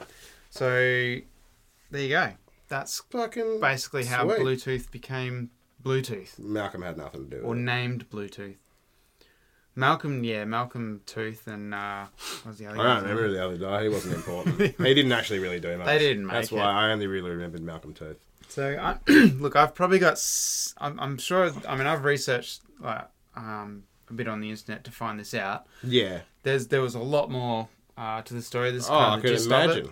[SPEAKER 3] so there you go. That's
[SPEAKER 1] Fucking.
[SPEAKER 3] basically how
[SPEAKER 1] Sweet.
[SPEAKER 3] Bluetooth became Bluetooth
[SPEAKER 1] Malcolm had nothing to do
[SPEAKER 3] or
[SPEAKER 1] with it.
[SPEAKER 3] named Bluetooth. Malcolm, yeah, Malcolm Tooth and uh, what was the other?
[SPEAKER 1] I don't
[SPEAKER 3] guy's name?
[SPEAKER 1] remember the other guy. He wasn't important. he didn't actually really do much.
[SPEAKER 3] They didn't
[SPEAKER 1] That's
[SPEAKER 3] make
[SPEAKER 1] why I only really remembered Malcolm Tooth.
[SPEAKER 3] So I, look, I've probably got. s- I'm, I'm sure. I mean, I've researched like um, a bit on the internet to find this out.
[SPEAKER 1] Yeah.
[SPEAKER 3] There's there was a lot more uh, to the story. This is
[SPEAKER 1] Oh,
[SPEAKER 3] kind
[SPEAKER 1] I
[SPEAKER 3] of the
[SPEAKER 1] could
[SPEAKER 3] gist of it.
[SPEAKER 1] imagine.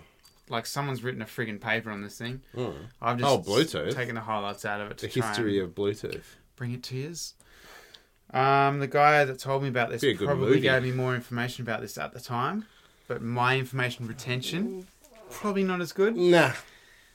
[SPEAKER 3] Like someone's written a friggin' paper on this thing.
[SPEAKER 1] Mm.
[SPEAKER 3] I've just
[SPEAKER 1] Oh, Bluetooth.
[SPEAKER 3] taken the highlights out of it
[SPEAKER 1] The
[SPEAKER 3] to try
[SPEAKER 1] history
[SPEAKER 3] and
[SPEAKER 1] of Bluetooth.
[SPEAKER 3] bring it to yours. Um, the guy that told me about this
[SPEAKER 1] Be a good
[SPEAKER 3] probably
[SPEAKER 1] movie.
[SPEAKER 3] gave me more information about this at the time. but my information retention probably not as good.
[SPEAKER 1] Nah.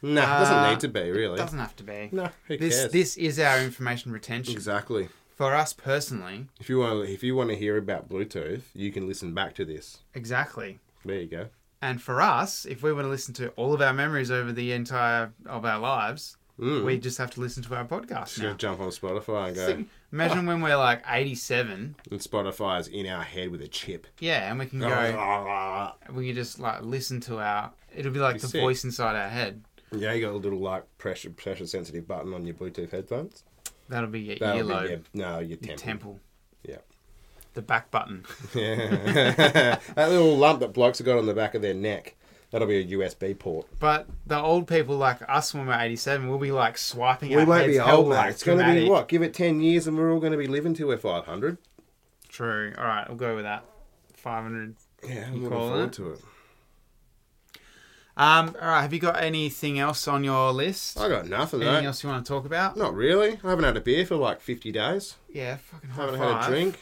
[SPEAKER 1] Nah, doesn't
[SPEAKER 3] Uh,
[SPEAKER 1] need to be, really.
[SPEAKER 3] Doesn't have to be.
[SPEAKER 1] No, who
[SPEAKER 3] this
[SPEAKER 1] cares?
[SPEAKER 3] this is our information retention
[SPEAKER 1] Exactly.
[SPEAKER 3] for us personally.
[SPEAKER 1] If you want, if you want to hear about Bluetooth, you can listen back to this.
[SPEAKER 3] Exactly.
[SPEAKER 1] There you go.
[SPEAKER 3] And for us, if we want to listen to all of our memories over the entire of our lives,
[SPEAKER 1] Mm.
[SPEAKER 3] we just have to listen to our podcast
[SPEAKER 1] Just gonna
[SPEAKER 3] now.
[SPEAKER 1] jump on Spotify and go.
[SPEAKER 3] Imagine when we're like 87,
[SPEAKER 1] And Spotify is in our head with a chip.
[SPEAKER 3] yeah, and we can go,
[SPEAKER 1] Yeah,
[SPEAKER 3] we can just like listen to our. It'll be like
[SPEAKER 1] Oh. Be
[SPEAKER 3] the
[SPEAKER 1] sick.
[SPEAKER 3] voice inside our head.
[SPEAKER 1] you got a little like pressure pressure sensitive button on your Bluetooth headphones.
[SPEAKER 3] That'll be your
[SPEAKER 1] That'll be
[SPEAKER 3] earlobe,
[SPEAKER 1] your, no, your
[SPEAKER 3] your
[SPEAKER 1] temple.
[SPEAKER 3] temple.
[SPEAKER 1] Yeah.
[SPEAKER 3] the back button.
[SPEAKER 1] Yeah. that little lump that blokes have got on the back of their neck. That'll be a USB port.
[SPEAKER 3] But the old people like us when we're 87 will be like swiping.
[SPEAKER 1] we
[SPEAKER 3] our
[SPEAKER 1] won't
[SPEAKER 3] heads
[SPEAKER 1] be
[SPEAKER 3] held
[SPEAKER 1] old, mate.
[SPEAKER 3] like
[SPEAKER 1] It's going to be
[SPEAKER 3] schematic.
[SPEAKER 1] what? Give it 10 years and we're all going to be living till we're 500.
[SPEAKER 3] True. All right, we'll go with that. 500.
[SPEAKER 1] Yeah, I'm
[SPEAKER 3] You
[SPEAKER 1] looking
[SPEAKER 3] call
[SPEAKER 1] forward
[SPEAKER 3] that?
[SPEAKER 1] to it.
[SPEAKER 3] Um. All right. Have you got anything else on your list?
[SPEAKER 1] I got nothing,
[SPEAKER 3] Anything
[SPEAKER 1] mate.
[SPEAKER 3] else you want to talk about?
[SPEAKER 1] Not really. I haven't had a beer for like 50 days.
[SPEAKER 3] Yeah. Fucking high
[SPEAKER 1] haven't
[SPEAKER 3] five.
[SPEAKER 1] had a drink.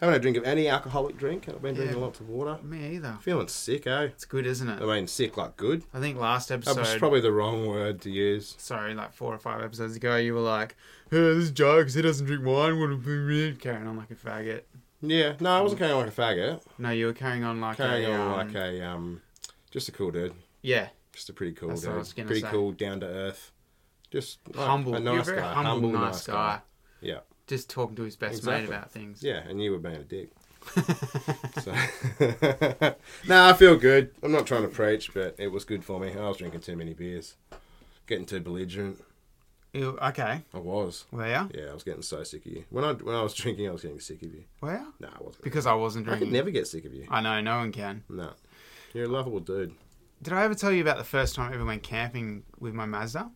[SPEAKER 1] Haven't had a drink of any alcoholic drink. I've been drinking
[SPEAKER 3] Yeah.
[SPEAKER 1] lots of water.
[SPEAKER 3] Me either.
[SPEAKER 1] Feeling sick, eh?
[SPEAKER 3] It's good, isn't
[SPEAKER 1] I
[SPEAKER 3] it?
[SPEAKER 1] mean, sick like good.
[SPEAKER 3] I think last
[SPEAKER 1] That was
[SPEAKER 3] episode,
[SPEAKER 1] probably the wrong word to use.
[SPEAKER 3] sorry, like four or five episodes ago, you were like, hey, "This Joe, because he doesn't drink wine, would be weird." Carrying on like a faggot.
[SPEAKER 1] Yeah, no, I wasn't carrying on like a faggot.
[SPEAKER 3] No, you were carrying on like
[SPEAKER 1] Carrying
[SPEAKER 3] a,
[SPEAKER 1] on
[SPEAKER 3] um,
[SPEAKER 1] like a um, just a cool dude.
[SPEAKER 3] yeah,
[SPEAKER 1] Just a pretty cool
[SPEAKER 3] That's what
[SPEAKER 1] dude.
[SPEAKER 3] I was gonna
[SPEAKER 1] pretty
[SPEAKER 3] say.
[SPEAKER 1] cool, down to earth. Just like,
[SPEAKER 3] humble,
[SPEAKER 1] a
[SPEAKER 3] You're
[SPEAKER 1] nice
[SPEAKER 3] a very
[SPEAKER 1] guy,
[SPEAKER 3] humble, nice, guy.
[SPEAKER 1] Yeah,
[SPEAKER 3] just talking to his best
[SPEAKER 1] Exactly.
[SPEAKER 3] mate about things.
[SPEAKER 1] yeah, and you were being a dick. so, nah, I feel good. I'm not trying to preach, but it was good for me. I was drinking too many beers, getting too belligerent.
[SPEAKER 3] Ew, okay,
[SPEAKER 1] I was.
[SPEAKER 3] were you?
[SPEAKER 1] Yeah, I was getting so sick of you. When I when I was drinking, I was getting sick of you.
[SPEAKER 3] Were you?
[SPEAKER 1] No, I wasn't.
[SPEAKER 3] Because I wasn't
[SPEAKER 1] I
[SPEAKER 3] drinking.
[SPEAKER 1] could never get sick of you.
[SPEAKER 3] I know, no one can.
[SPEAKER 1] No. You're a lovable dude.
[SPEAKER 3] Did I ever tell you about the first time I ever went camping with my Mazda?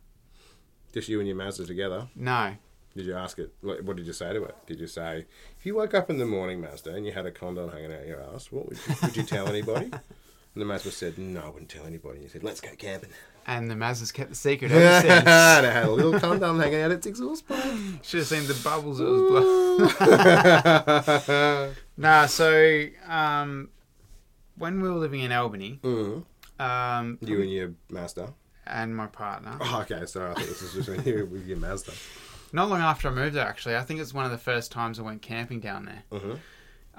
[SPEAKER 1] Just you and your Mazda together.
[SPEAKER 3] No.
[SPEAKER 1] Did you ask it? Like, what did you say to it? Did you say, if you woke up in the morning, Mazda, and you had a condom hanging out your ass, what would you, would you tell anybody? And the Mazda said, no, I wouldn't tell anybody. He said, let's go camping.
[SPEAKER 3] And the Mazda's kept the secret
[SPEAKER 1] and
[SPEAKER 3] ever
[SPEAKER 1] it
[SPEAKER 3] since.
[SPEAKER 1] had a little condom hanging out its exhaust pipe. Mm-hmm.
[SPEAKER 3] Should have seen the bubbles it was blowing. nah, so um, when we were living in Albany,
[SPEAKER 1] Mm.
[SPEAKER 3] um,
[SPEAKER 1] You and your Mazda.
[SPEAKER 3] and my partner,
[SPEAKER 1] Oh, okay, sorry. I thought this was just when you were with your Mazda.
[SPEAKER 3] not long after I moved there, actually, I think it's one of the first times I went camping down there.
[SPEAKER 1] Mhm.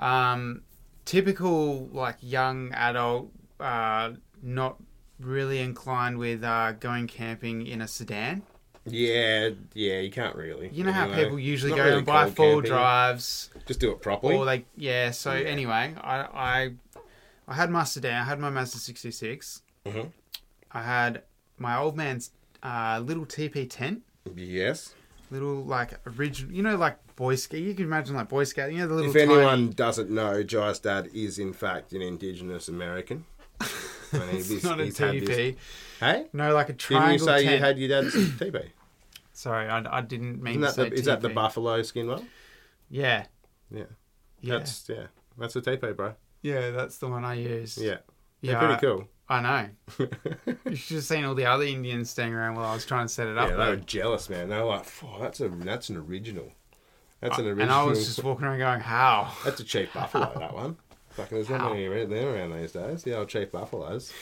[SPEAKER 3] Um, typical like young adult, uh, not really inclined with uh, going camping in a sedan.
[SPEAKER 1] Yeah, yeah, you can't really.
[SPEAKER 3] You know how
[SPEAKER 1] anyway.
[SPEAKER 3] people usually
[SPEAKER 1] Not
[SPEAKER 3] go
[SPEAKER 1] really
[SPEAKER 3] and buy
[SPEAKER 1] called
[SPEAKER 3] four wheel
[SPEAKER 1] camping.
[SPEAKER 3] drives,
[SPEAKER 1] Just do it properly.
[SPEAKER 3] or they yeah. So
[SPEAKER 1] Yeah.
[SPEAKER 3] anyway, I I I had my sedan, I had my Mazda sixty six,
[SPEAKER 1] Mhm.
[SPEAKER 3] I had my old man's uh, little TP tent.
[SPEAKER 1] Yes.
[SPEAKER 3] Little like original, you know, like Boy Scout. You can imagine like Boy Scout. You know the little.
[SPEAKER 1] If
[SPEAKER 3] tiny-
[SPEAKER 1] anyone doesn't know, Jai's dad is in fact an Indigenous American. And he-
[SPEAKER 3] it's
[SPEAKER 1] he's-
[SPEAKER 3] not a
[SPEAKER 1] he's had
[SPEAKER 3] TP.
[SPEAKER 1] this- Hey,
[SPEAKER 3] No, like a
[SPEAKER 1] didn't you
[SPEAKER 3] triangle
[SPEAKER 1] say
[SPEAKER 3] tent.
[SPEAKER 1] you had your dad's TB?
[SPEAKER 3] Sorry, I, I didn't mean
[SPEAKER 1] Isn't that
[SPEAKER 3] to say
[SPEAKER 1] the, is that the
[SPEAKER 3] TP.
[SPEAKER 1] buffalo skin one?
[SPEAKER 3] Yeah.
[SPEAKER 1] Yeah.
[SPEAKER 3] Yeah. That's...
[SPEAKER 1] That's yeah, that's a TP, bro.
[SPEAKER 3] Yeah, that's the one I used.
[SPEAKER 1] Yeah,
[SPEAKER 3] Yeah.
[SPEAKER 1] they're
[SPEAKER 3] I-
[SPEAKER 1] pretty cool.
[SPEAKER 3] I know.
[SPEAKER 1] yeah,
[SPEAKER 3] You should have seen all the other Indians staying around while I was trying to set it up.
[SPEAKER 1] they
[SPEAKER 3] though.
[SPEAKER 1] were jealous, man. They were like, "Phew, that's a that's an original. That's an original.
[SPEAKER 3] and I was just walking around going, how?
[SPEAKER 1] That's a cheap buffalo. That one. Fucking, there's not
[SPEAKER 3] Ow.
[SPEAKER 1] many around them around these days. The old cheap buffaloes.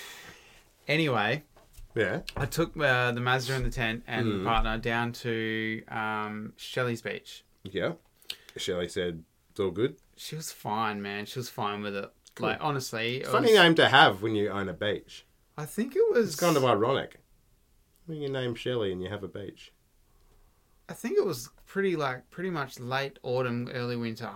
[SPEAKER 3] Anyway,
[SPEAKER 1] Yeah.
[SPEAKER 3] I took uh, the Mazda in the tent and
[SPEAKER 1] Mm.
[SPEAKER 3] the partner down to um, Shelley's Beach.
[SPEAKER 1] Yeah. Shelley said, "It's all good."
[SPEAKER 3] She was fine, man. She was fine with it. Like, honestly. It
[SPEAKER 1] Funny
[SPEAKER 3] was,
[SPEAKER 1] name to have when you own a beach.
[SPEAKER 3] I think it was.
[SPEAKER 1] It's kind of ironic. When you name Shelley and you have a beach.
[SPEAKER 3] I think it was pretty, like, pretty much late autumn, early winter.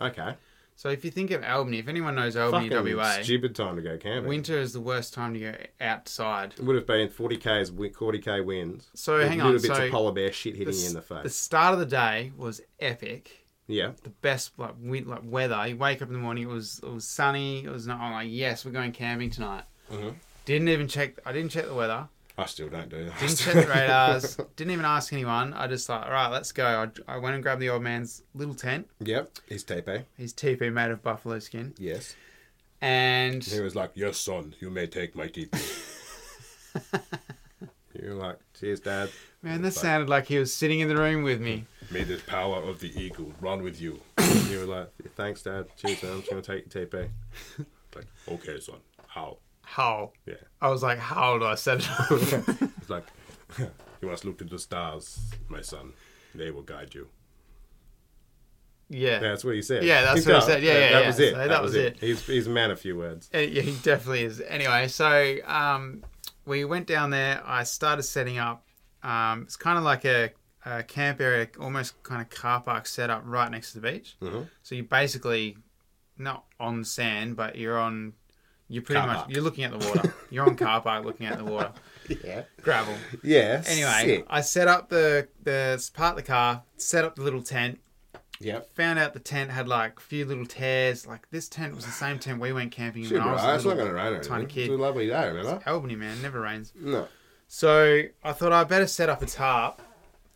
[SPEAKER 1] Okay.
[SPEAKER 3] So if you think of Albany, if anyone knows Albany,
[SPEAKER 1] Fucking
[SPEAKER 3] WA,
[SPEAKER 1] stupid time to go camping.
[SPEAKER 3] winter is the worst time to go outside.
[SPEAKER 1] It would have been 40k's, wi- 40k winds.
[SPEAKER 3] So
[SPEAKER 1] with
[SPEAKER 3] hang on,
[SPEAKER 1] little bits
[SPEAKER 3] so
[SPEAKER 1] of polar bear shit hitting you in the
[SPEAKER 3] The
[SPEAKER 1] face.
[SPEAKER 3] start of the day was epic.
[SPEAKER 1] Yeah.
[SPEAKER 3] The best like wind, like weather. You wake up in the morning, it was it was sunny. It was not I'm like yes, we're going camping tonight.
[SPEAKER 1] Mhm.
[SPEAKER 3] Didn't even check. I didn't check the weather.
[SPEAKER 1] I still don't do that.
[SPEAKER 3] Didn't check the radars. didn't even ask anyone. I just like all right, let's go. I, I went and grabbed the old man's little tent.
[SPEAKER 1] yep. He's Tepe.
[SPEAKER 3] His teepee made of buffalo skin,
[SPEAKER 1] Yes.
[SPEAKER 3] and
[SPEAKER 1] He was like, Yes, son, you may take my teepee. You're like, Cheers, Dad.
[SPEAKER 3] man, that sounded like he was sitting in the room with me.
[SPEAKER 1] May the power of the eagle run with you. you were like, Thanks, Dad. Cheers, son. I'm just going to take your teepee. Like, okay, son. Hull.
[SPEAKER 3] Hull.
[SPEAKER 1] Yeah.
[SPEAKER 3] I was like, how do I set it up?
[SPEAKER 1] It's like, you must look to the stars, my son. They will guide you.
[SPEAKER 3] yeah.
[SPEAKER 1] That's what he said.
[SPEAKER 3] Yeah, that's what he
[SPEAKER 1] done.
[SPEAKER 3] said. Yeah,
[SPEAKER 1] that,
[SPEAKER 3] yeah,
[SPEAKER 1] that
[SPEAKER 3] yeah.
[SPEAKER 1] was it.
[SPEAKER 3] So
[SPEAKER 1] that, was it. He's, he's a man of few words.
[SPEAKER 3] Uh, yeah, he definitely is. Anyway, so um, we went down there. I started setting up. Um, it's kind of like a, a camp area, almost kind of car park set up right next to the beach.
[SPEAKER 1] Mhm.
[SPEAKER 3] So you're basically not on sand, but you're on. You're pretty
[SPEAKER 1] Car
[SPEAKER 3] much
[SPEAKER 1] park.
[SPEAKER 3] you're looking at the water. you're on car park looking at the water.
[SPEAKER 1] Yeah.
[SPEAKER 3] Gravel.
[SPEAKER 1] Yeah.
[SPEAKER 3] Anyway,
[SPEAKER 1] Sick.
[SPEAKER 3] I set up the the part the car, set up the little tent,
[SPEAKER 1] Yep.
[SPEAKER 3] found out the tent had like a few little tears. Like this tent was the same tent we went camping in
[SPEAKER 1] Shit,
[SPEAKER 3] when
[SPEAKER 1] bro,
[SPEAKER 3] I was
[SPEAKER 1] it's
[SPEAKER 3] a
[SPEAKER 1] not
[SPEAKER 3] little
[SPEAKER 1] going to rain.
[SPEAKER 3] tiny
[SPEAKER 1] Tiny
[SPEAKER 3] kid.
[SPEAKER 1] It's a lovely day, remember?
[SPEAKER 3] Albany, man, never rains.
[SPEAKER 1] No.
[SPEAKER 3] So I thought I better set up a tarp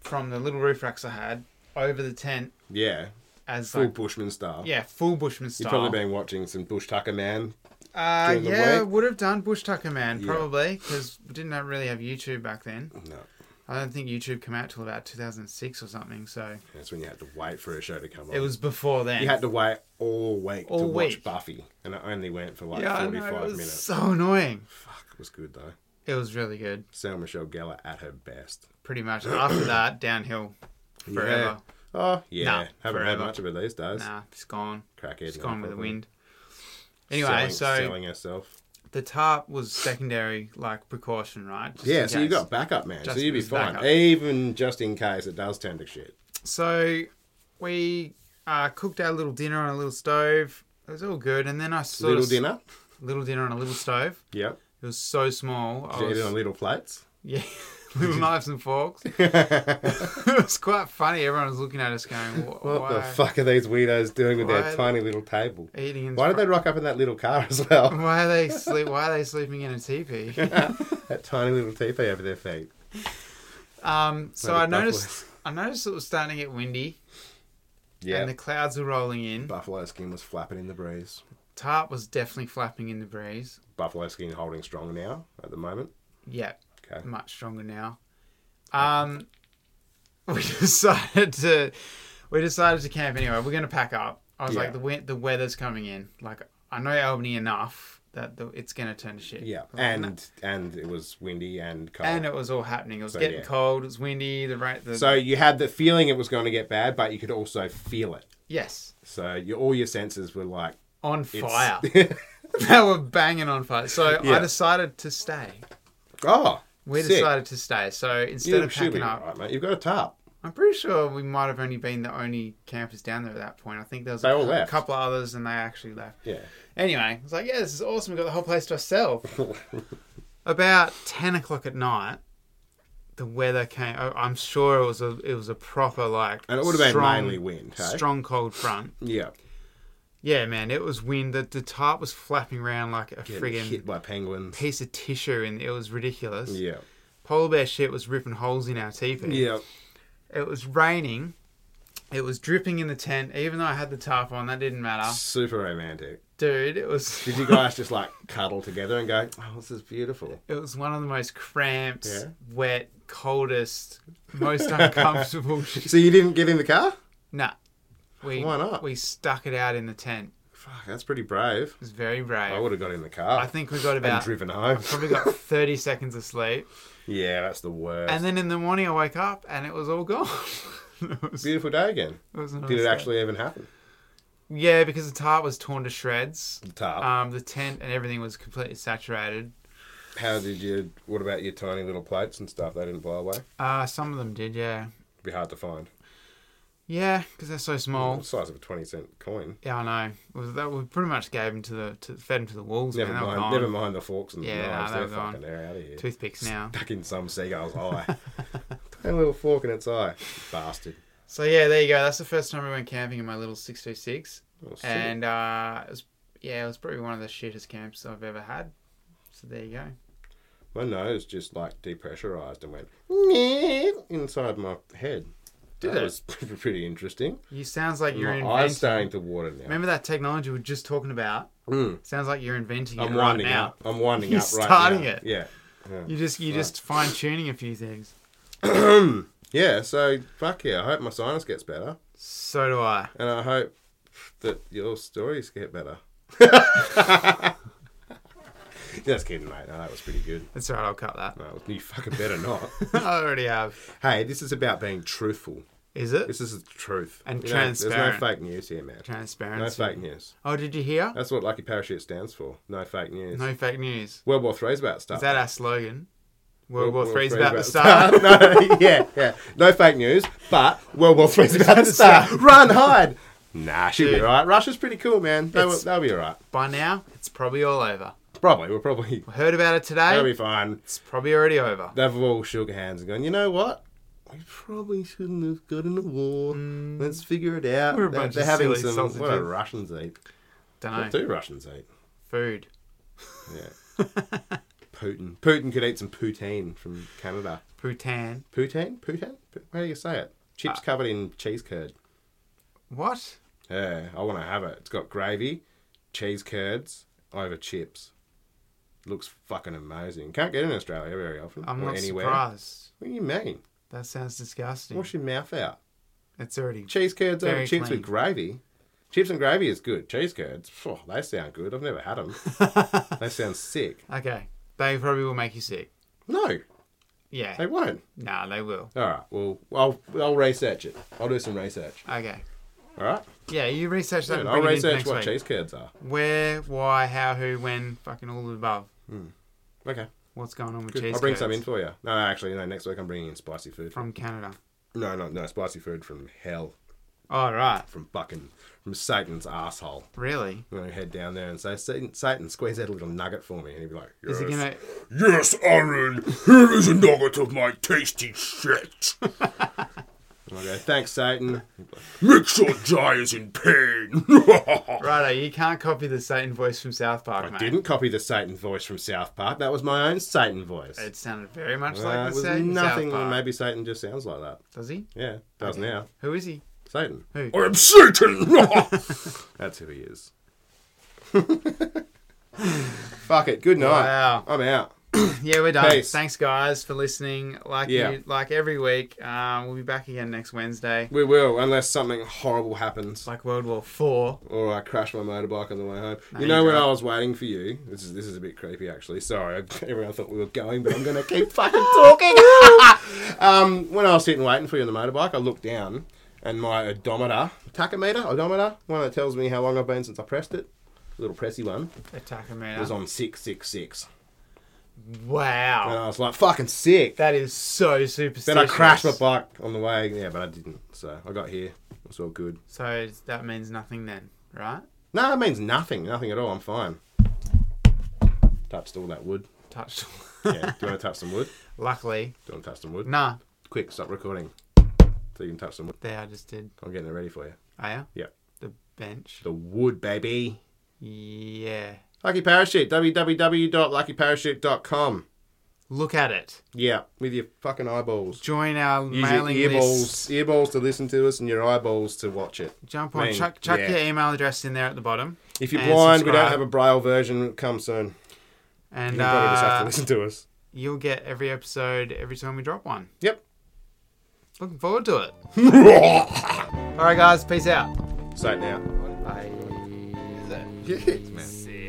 [SPEAKER 3] from the little roof racks I had over the tent
[SPEAKER 1] Yeah.
[SPEAKER 3] as
[SPEAKER 1] Full
[SPEAKER 3] like
[SPEAKER 1] bushman style.
[SPEAKER 3] yeah, full bushman
[SPEAKER 1] You've
[SPEAKER 3] style.
[SPEAKER 1] probably been watching some Bush Tucker Man.
[SPEAKER 3] uh,
[SPEAKER 1] during the
[SPEAKER 3] yeah,
[SPEAKER 1] week.
[SPEAKER 3] would have done bush tucker man
[SPEAKER 1] Yeah.
[SPEAKER 3] probably because we didn't have- really have YouTube back then.
[SPEAKER 1] No.
[SPEAKER 3] I don't think YouTube came out till about 2006 or something. So
[SPEAKER 1] That's when you had to wait for a show to come on.
[SPEAKER 3] it was before then.
[SPEAKER 1] You had to wait all week to
[SPEAKER 3] All
[SPEAKER 1] watch
[SPEAKER 3] week.
[SPEAKER 1] Buffy, and it only went for like
[SPEAKER 3] yeah, I know,
[SPEAKER 1] 45
[SPEAKER 3] it was
[SPEAKER 1] minutes.
[SPEAKER 3] so annoying.
[SPEAKER 1] Fuck, it was good though.
[SPEAKER 3] It was really good.
[SPEAKER 1] Sarah Michelle Gellar at her best.
[SPEAKER 3] Pretty much after that downhill forever.
[SPEAKER 1] Yeah. Oh, yeah.
[SPEAKER 3] Nah,
[SPEAKER 1] Haven't had
[SPEAKER 3] forever.
[SPEAKER 1] much of it these days.
[SPEAKER 3] Nah, it's gone.
[SPEAKER 1] Crackhead.
[SPEAKER 3] It's
[SPEAKER 1] no
[SPEAKER 3] gone with the
[SPEAKER 1] problem.
[SPEAKER 3] wind. Anyway,
[SPEAKER 1] Selling-
[SPEAKER 3] so
[SPEAKER 1] Selling herself.
[SPEAKER 3] the tarp was secondary, like precaution, right? Just
[SPEAKER 1] Yeah,
[SPEAKER 3] in
[SPEAKER 1] so you
[SPEAKER 3] case.
[SPEAKER 1] got backup, man.
[SPEAKER 3] Just
[SPEAKER 1] so you'd be
[SPEAKER 3] as
[SPEAKER 1] fine.
[SPEAKER 3] backup.
[SPEAKER 1] Even just in case it does turn to shit.
[SPEAKER 3] So we uh, cooked our little dinner on a little stove. It was all good, and then I sort
[SPEAKER 1] little
[SPEAKER 3] of
[SPEAKER 1] dinner.
[SPEAKER 3] little dinner on a little stove.
[SPEAKER 1] Yep.
[SPEAKER 3] It was so small. I
[SPEAKER 1] Did you eat
[SPEAKER 3] was,
[SPEAKER 1] it on little plates?
[SPEAKER 3] yeah, little knives and forks. it was quite funny. Everyone was looking at us, going, "What,
[SPEAKER 1] What
[SPEAKER 3] why
[SPEAKER 1] the fuck are these weirdos doing with
[SPEAKER 3] why-
[SPEAKER 1] their tiny little table?
[SPEAKER 3] Eating in
[SPEAKER 1] Why did they rock up in that little car as well?
[SPEAKER 3] Why are they sleep? Why are they sleeping in a teepee?"
[SPEAKER 1] that tiny little teepee over their feet.
[SPEAKER 3] Um, so
[SPEAKER 1] Like
[SPEAKER 3] I
[SPEAKER 1] a buffalo.
[SPEAKER 3] noticed I noticed it was starting to get windy
[SPEAKER 1] Yeah.
[SPEAKER 3] and the clouds were rolling in.
[SPEAKER 1] Buffalo skin was flapping in the breeze.
[SPEAKER 3] Tarp was definitely flapping in the breeze.
[SPEAKER 1] Buffalo skin holding strong now at the moment.
[SPEAKER 3] Yeah,
[SPEAKER 1] Okay.
[SPEAKER 3] much stronger now. Um, we decided to we decided to camp anyway. We're gonna pack up. I was
[SPEAKER 1] Yeah.
[SPEAKER 3] like the we- the weather's coming in. Like I know Albany enough that the, it's gonna turn to shit.
[SPEAKER 1] Yeah.
[SPEAKER 3] Like, no.
[SPEAKER 1] And and it was windy and cold.
[SPEAKER 3] and it was all happening. It was
[SPEAKER 1] So,
[SPEAKER 3] getting
[SPEAKER 1] yeah.
[SPEAKER 3] cold. It was windy. The rain. The,
[SPEAKER 1] so you had the feeling it was going to get bad, but you could also feel it.
[SPEAKER 3] yes,
[SPEAKER 1] So you, all your senses were like
[SPEAKER 3] on
[SPEAKER 1] it's-
[SPEAKER 3] fire. they were banging on fire. So I
[SPEAKER 1] Yeah.
[SPEAKER 3] decided to stay.
[SPEAKER 1] oh,
[SPEAKER 3] We
[SPEAKER 1] sick.
[SPEAKER 3] decided to stay. So instead
[SPEAKER 1] you
[SPEAKER 3] of
[SPEAKER 1] should be
[SPEAKER 3] packing
[SPEAKER 1] all
[SPEAKER 3] up,
[SPEAKER 1] right, mate. You've got a tarp.
[SPEAKER 3] I'm pretty sure we might have only been the only campers down there at that point. I think there was
[SPEAKER 1] They
[SPEAKER 3] a,
[SPEAKER 1] all
[SPEAKER 3] cou-
[SPEAKER 1] left.
[SPEAKER 3] couple others and they actually left.
[SPEAKER 1] Yeah.
[SPEAKER 3] Anyway, I was like, yeah, this is awesome. We've got the whole place to ourselves. About 10 o'clock at night, the weather came. I- I'm sure it was a it was a proper like
[SPEAKER 1] And it would have been
[SPEAKER 3] strong-
[SPEAKER 1] mainly wind. Hey?
[SPEAKER 3] strong cold front.
[SPEAKER 1] Yeah.
[SPEAKER 3] Yeah, man, it was wind. The, the tarp was flapping around like a
[SPEAKER 1] Getting
[SPEAKER 3] friggin'
[SPEAKER 1] hit by penguins.
[SPEAKER 3] piece of tissue, and it was ridiculous.
[SPEAKER 1] Yeah.
[SPEAKER 3] Polar bear shit was ripping holes in our teepee.
[SPEAKER 1] Yeah.
[SPEAKER 3] It was raining. It was dripping in the tent. Even though I had the tarp on, that didn't matter.
[SPEAKER 1] Super romantic.
[SPEAKER 3] Dude, it was
[SPEAKER 1] Did you guys just like cuddle together and go, "Oh, this is beautiful"?
[SPEAKER 3] it was one of the most cramped,
[SPEAKER 1] Yeah.
[SPEAKER 3] wet, coldest, most uncomfortable shit.
[SPEAKER 1] So you didn't get in the car?
[SPEAKER 3] Nah. We,
[SPEAKER 1] Why not?
[SPEAKER 3] We stuck it out in the tent.
[SPEAKER 1] Fuck, that's pretty brave.
[SPEAKER 3] It was very brave.
[SPEAKER 1] I
[SPEAKER 3] I,
[SPEAKER 1] would have got in the car.
[SPEAKER 3] think we got
[SPEAKER 1] and
[SPEAKER 3] about
[SPEAKER 1] driven home.
[SPEAKER 3] probably got 30 seconds of sleep.
[SPEAKER 1] yeah, that's the worst.
[SPEAKER 3] And then in the morning I wake up and it was all gone. it was,
[SPEAKER 1] Beautiful day again.
[SPEAKER 3] it was another
[SPEAKER 1] Did it
[SPEAKER 3] story.
[SPEAKER 1] actually even happen?
[SPEAKER 3] Yeah, because the tarp was torn to shreds.
[SPEAKER 1] The tarp.
[SPEAKER 3] Um, the tent and everything was completely saturated.
[SPEAKER 1] How did you? What about your tiny little plates and stuff? They didn't blow away. It'd
[SPEAKER 3] Uh, some of them did, yeah.
[SPEAKER 1] be hard to find.
[SPEAKER 3] Yeah, because they're so small.
[SPEAKER 1] The size of a twenty cent coin.
[SPEAKER 3] Yeah, I know. It was, that we pretty much gave them to the to, fed them to the wolves.
[SPEAKER 1] Never
[SPEAKER 3] man. They were
[SPEAKER 1] mind.
[SPEAKER 3] gone.
[SPEAKER 1] Never mind the forks and the
[SPEAKER 3] Yeah, nah,
[SPEAKER 1] knives.
[SPEAKER 3] they
[SPEAKER 1] they're
[SPEAKER 3] were gone.
[SPEAKER 1] fucking they're out of here.
[SPEAKER 3] Toothpicks now.
[SPEAKER 1] Stuck in some seagull's eye. Tiny little fork in its eye. Bastard.
[SPEAKER 3] So yeah, there you go. That's the first time we went camping in my little six two six,
[SPEAKER 1] Oh, shit.
[SPEAKER 3] and uh, it was yeah, it was probably one of the shittest camps I've ever had. So there you go.
[SPEAKER 1] my nose just like depressurized and went "Nyeh," inside my head.
[SPEAKER 3] Did
[SPEAKER 1] that
[SPEAKER 3] it?
[SPEAKER 1] was pretty interesting.
[SPEAKER 3] You sounds like you're
[SPEAKER 1] my eye's
[SPEAKER 3] inventing.
[SPEAKER 1] starting to water now.
[SPEAKER 3] Remember that technology we are just talking about?
[SPEAKER 1] Mm.
[SPEAKER 3] Sounds like you're inventing it
[SPEAKER 1] I'm
[SPEAKER 3] right
[SPEAKER 1] winding
[SPEAKER 3] now.
[SPEAKER 1] up. I'm winding
[SPEAKER 3] You're
[SPEAKER 1] up right
[SPEAKER 3] starting
[SPEAKER 1] now.
[SPEAKER 3] it.
[SPEAKER 1] Yeah.
[SPEAKER 3] You just you just fine tuning a few things.
[SPEAKER 1] Yeah, so fuck yeah. I hope my sinus gets better.
[SPEAKER 3] So do I.
[SPEAKER 1] And I hope that your stories get better. Just kidding, mate. No, that was pretty good.
[SPEAKER 3] That's all right, I'll cut that.
[SPEAKER 1] No, it was- you fucking better not.
[SPEAKER 3] I already have.
[SPEAKER 1] hey, this is about being truthful.
[SPEAKER 3] Is it?
[SPEAKER 1] This is the truth.
[SPEAKER 3] And
[SPEAKER 1] You know,
[SPEAKER 3] transparent.
[SPEAKER 1] There's no fake news here, man. No
[SPEAKER 3] Transparency.
[SPEAKER 1] fake news.
[SPEAKER 3] Oh, did you hear?
[SPEAKER 1] That's what Lucky Parachute stands for. No fake news.
[SPEAKER 3] No fake news.
[SPEAKER 1] World War Three's about stuff.
[SPEAKER 3] Is that our slogan? World, War
[SPEAKER 1] Three's
[SPEAKER 3] Three's about the start.
[SPEAKER 1] no, yeah, yeah. No fake news, but World War Three's about to start. Run, hide. Nah, she'll be
[SPEAKER 3] Dude.
[SPEAKER 1] alright. Russia's pretty cool, man. They'll,
[SPEAKER 3] It's-
[SPEAKER 1] they'll be alright.
[SPEAKER 3] By now, it's probably all over.
[SPEAKER 1] Probably. We'll probably.
[SPEAKER 3] I heard about it today.
[SPEAKER 1] They'll be fine.
[SPEAKER 3] It's probably already over.
[SPEAKER 1] They've all shook hands and gone, you know what? We probably shouldn't have gotten a war. Let's figure it out.
[SPEAKER 3] Mm. We're a bunch of silly
[SPEAKER 1] What do
[SPEAKER 3] sausages.
[SPEAKER 1] Russians eat? What
[SPEAKER 3] Don't know.
[SPEAKER 1] do Russians eat?
[SPEAKER 3] Food.
[SPEAKER 1] Yeah. Putin. Putin could eat some poutine from Canada.
[SPEAKER 3] Putin.
[SPEAKER 1] Poutine? Poutine? P- How do you say it? Chips
[SPEAKER 3] Ah.
[SPEAKER 1] covered in cheese curd.
[SPEAKER 3] What?
[SPEAKER 1] Yeah, I want to have it. It's got gravy, cheese curds over chips. Looks fucking amazing. Can't get it in Australia very often.
[SPEAKER 3] I'm
[SPEAKER 1] or
[SPEAKER 3] not
[SPEAKER 1] anywhere.
[SPEAKER 3] surprised.
[SPEAKER 1] What do you mean?
[SPEAKER 3] That sounds disgusting.
[SPEAKER 1] Wash your mouth out.
[SPEAKER 3] It's already.
[SPEAKER 1] Cheese curds over
[SPEAKER 3] Very
[SPEAKER 1] chips
[SPEAKER 3] clean.
[SPEAKER 1] with gravy. Chips and gravy is good. Cheese curds, phew, they sound good. I've never had them. they sound sick.
[SPEAKER 3] Okay. They probably will make you sick.
[SPEAKER 1] No,
[SPEAKER 3] Yeah.
[SPEAKER 1] they won't.
[SPEAKER 3] Nah, they will.
[SPEAKER 1] All right. Well, I'll I'll research it. I'll do some research.
[SPEAKER 3] Okay.
[SPEAKER 1] All right.
[SPEAKER 3] Yeah, you research that.
[SPEAKER 1] Dude,
[SPEAKER 3] and
[SPEAKER 1] I'll
[SPEAKER 3] bring it in for
[SPEAKER 1] research
[SPEAKER 3] next
[SPEAKER 1] what
[SPEAKER 3] week.
[SPEAKER 1] cheese curds are.
[SPEAKER 3] Where, why, how, who, when, fucking all of the above.
[SPEAKER 1] Okay.
[SPEAKER 3] What's going on with
[SPEAKER 1] Good.
[SPEAKER 3] cheese?
[SPEAKER 1] I'll bring
[SPEAKER 3] curds
[SPEAKER 1] some in for you. No, actually, no. Next week I'm bringing in spicy food.
[SPEAKER 3] from Canada.
[SPEAKER 1] No, no, no. Spicy food from hell,
[SPEAKER 3] All right.
[SPEAKER 1] from fucking, from Satan's asshole.
[SPEAKER 3] Really?
[SPEAKER 1] I'm gonna head down there and say, Satan, Satan, squeeze out a little nugget for me, and he'd be like, yes.
[SPEAKER 3] Is it gonna?
[SPEAKER 1] Yes, Aaron, here is a nugget of my tasty shit. And I go, thanks, Satan. Make sure Jai is in pain.
[SPEAKER 3] Righto, you can't copy the Satan voice from South Park,
[SPEAKER 1] I
[SPEAKER 3] mate.
[SPEAKER 1] didn't copy the Satan voice from South Park. That was my own Satan voice.
[SPEAKER 3] It sounded very much
[SPEAKER 1] Uh,
[SPEAKER 3] like
[SPEAKER 1] it
[SPEAKER 3] the
[SPEAKER 1] was
[SPEAKER 3] Satan
[SPEAKER 1] nothing.
[SPEAKER 3] South Park.
[SPEAKER 1] Maybe Satan just sounds like that.
[SPEAKER 3] Does he?
[SPEAKER 1] Yeah, does now.
[SPEAKER 3] Who is he?
[SPEAKER 1] Satan.
[SPEAKER 3] Who?
[SPEAKER 1] I am Satan. That's who he is. Fuck it. Good night.
[SPEAKER 3] Wow.
[SPEAKER 1] I'm out.
[SPEAKER 3] Yeah, we're done.
[SPEAKER 1] Peace.
[SPEAKER 3] Thanks, guys, for listening. Like
[SPEAKER 1] Yeah.
[SPEAKER 3] you, like every week, um, we'll be back again next Wednesday.
[SPEAKER 1] We will, unless something horrible happens.
[SPEAKER 3] Like World War Four.
[SPEAKER 1] or I crashed my motorbike on the way home.
[SPEAKER 3] No,
[SPEAKER 1] you know
[SPEAKER 3] you
[SPEAKER 1] when
[SPEAKER 3] don't.
[SPEAKER 1] I was waiting for you. This is this is a bit creepy actually. Sorry, I- everyone thought we were going, but I'm gonna keep fucking talking. um, when I was sitting waiting for you on the motorbike, I looked down and my odometer, tachometer, odometer, one that tells me how long I've been since I pressed it, little pressy one,
[SPEAKER 3] Attack
[SPEAKER 1] was
[SPEAKER 3] America.
[SPEAKER 1] on six six six,
[SPEAKER 3] Wow.
[SPEAKER 1] and I was like fucking sick.
[SPEAKER 3] That is so superstitious.
[SPEAKER 1] Then I crashed my bike on the way. Yeah, but I didn't. So I got here. It was all good.
[SPEAKER 3] So that means nothing then, right?
[SPEAKER 1] No, it means nothing. Nothing at all. I'm fine. Touched all that wood.
[SPEAKER 3] Touched.
[SPEAKER 1] yeah. Do you want to touch some wood?
[SPEAKER 3] Luckily,
[SPEAKER 1] Do you want to touch some wood?
[SPEAKER 3] nah.
[SPEAKER 1] Quick, stop recording. So you can touch some wood.
[SPEAKER 3] There, I just did.
[SPEAKER 1] I'm getting it ready for you.
[SPEAKER 3] Oh yeah.
[SPEAKER 1] Yeah.
[SPEAKER 3] The bench.
[SPEAKER 1] The wood, baby.
[SPEAKER 3] Yeah.
[SPEAKER 1] Lucky Parachute, www.luckyparachute.com.
[SPEAKER 3] Look at it.
[SPEAKER 1] Yeah, with your fucking eyeballs.
[SPEAKER 3] Join our
[SPEAKER 1] Use
[SPEAKER 3] mailing
[SPEAKER 1] your earballs,
[SPEAKER 3] list.
[SPEAKER 1] earballs to listen to us and your eyeballs to watch it.
[SPEAKER 3] Jump on.
[SPEAKER 1] Mean,
[SPEAKER 3] chuck chuck
[SPEAKER 1] yeah.
[SPEAKER 3] your email address in there at the bottom.
[SPEAKER 1] If you're
[SPEAKER 3] And
[SPEAKER 1] blind, we don't
[SPEAKER 3] subscribe.
[SPEAKER 1] have a braille version. Come soon.
[SPEAKER 3] And
[SPEAKER 1] You probably just have to
[SPEAKER 3] uh,
[SPEAKER 1] listen to us.
[SPEAKER 3] you'll get every episode every time we drop one.
[SPEAKER 1] Yep.
[SPEAKER 3] Looking forward to it. All right, guys. Peace out.
[SPEAKER 1] Say it now.
[SPEAKER 3] Bye.
[SPEAKER 1] Yes, man.
[SPEAKER 3] See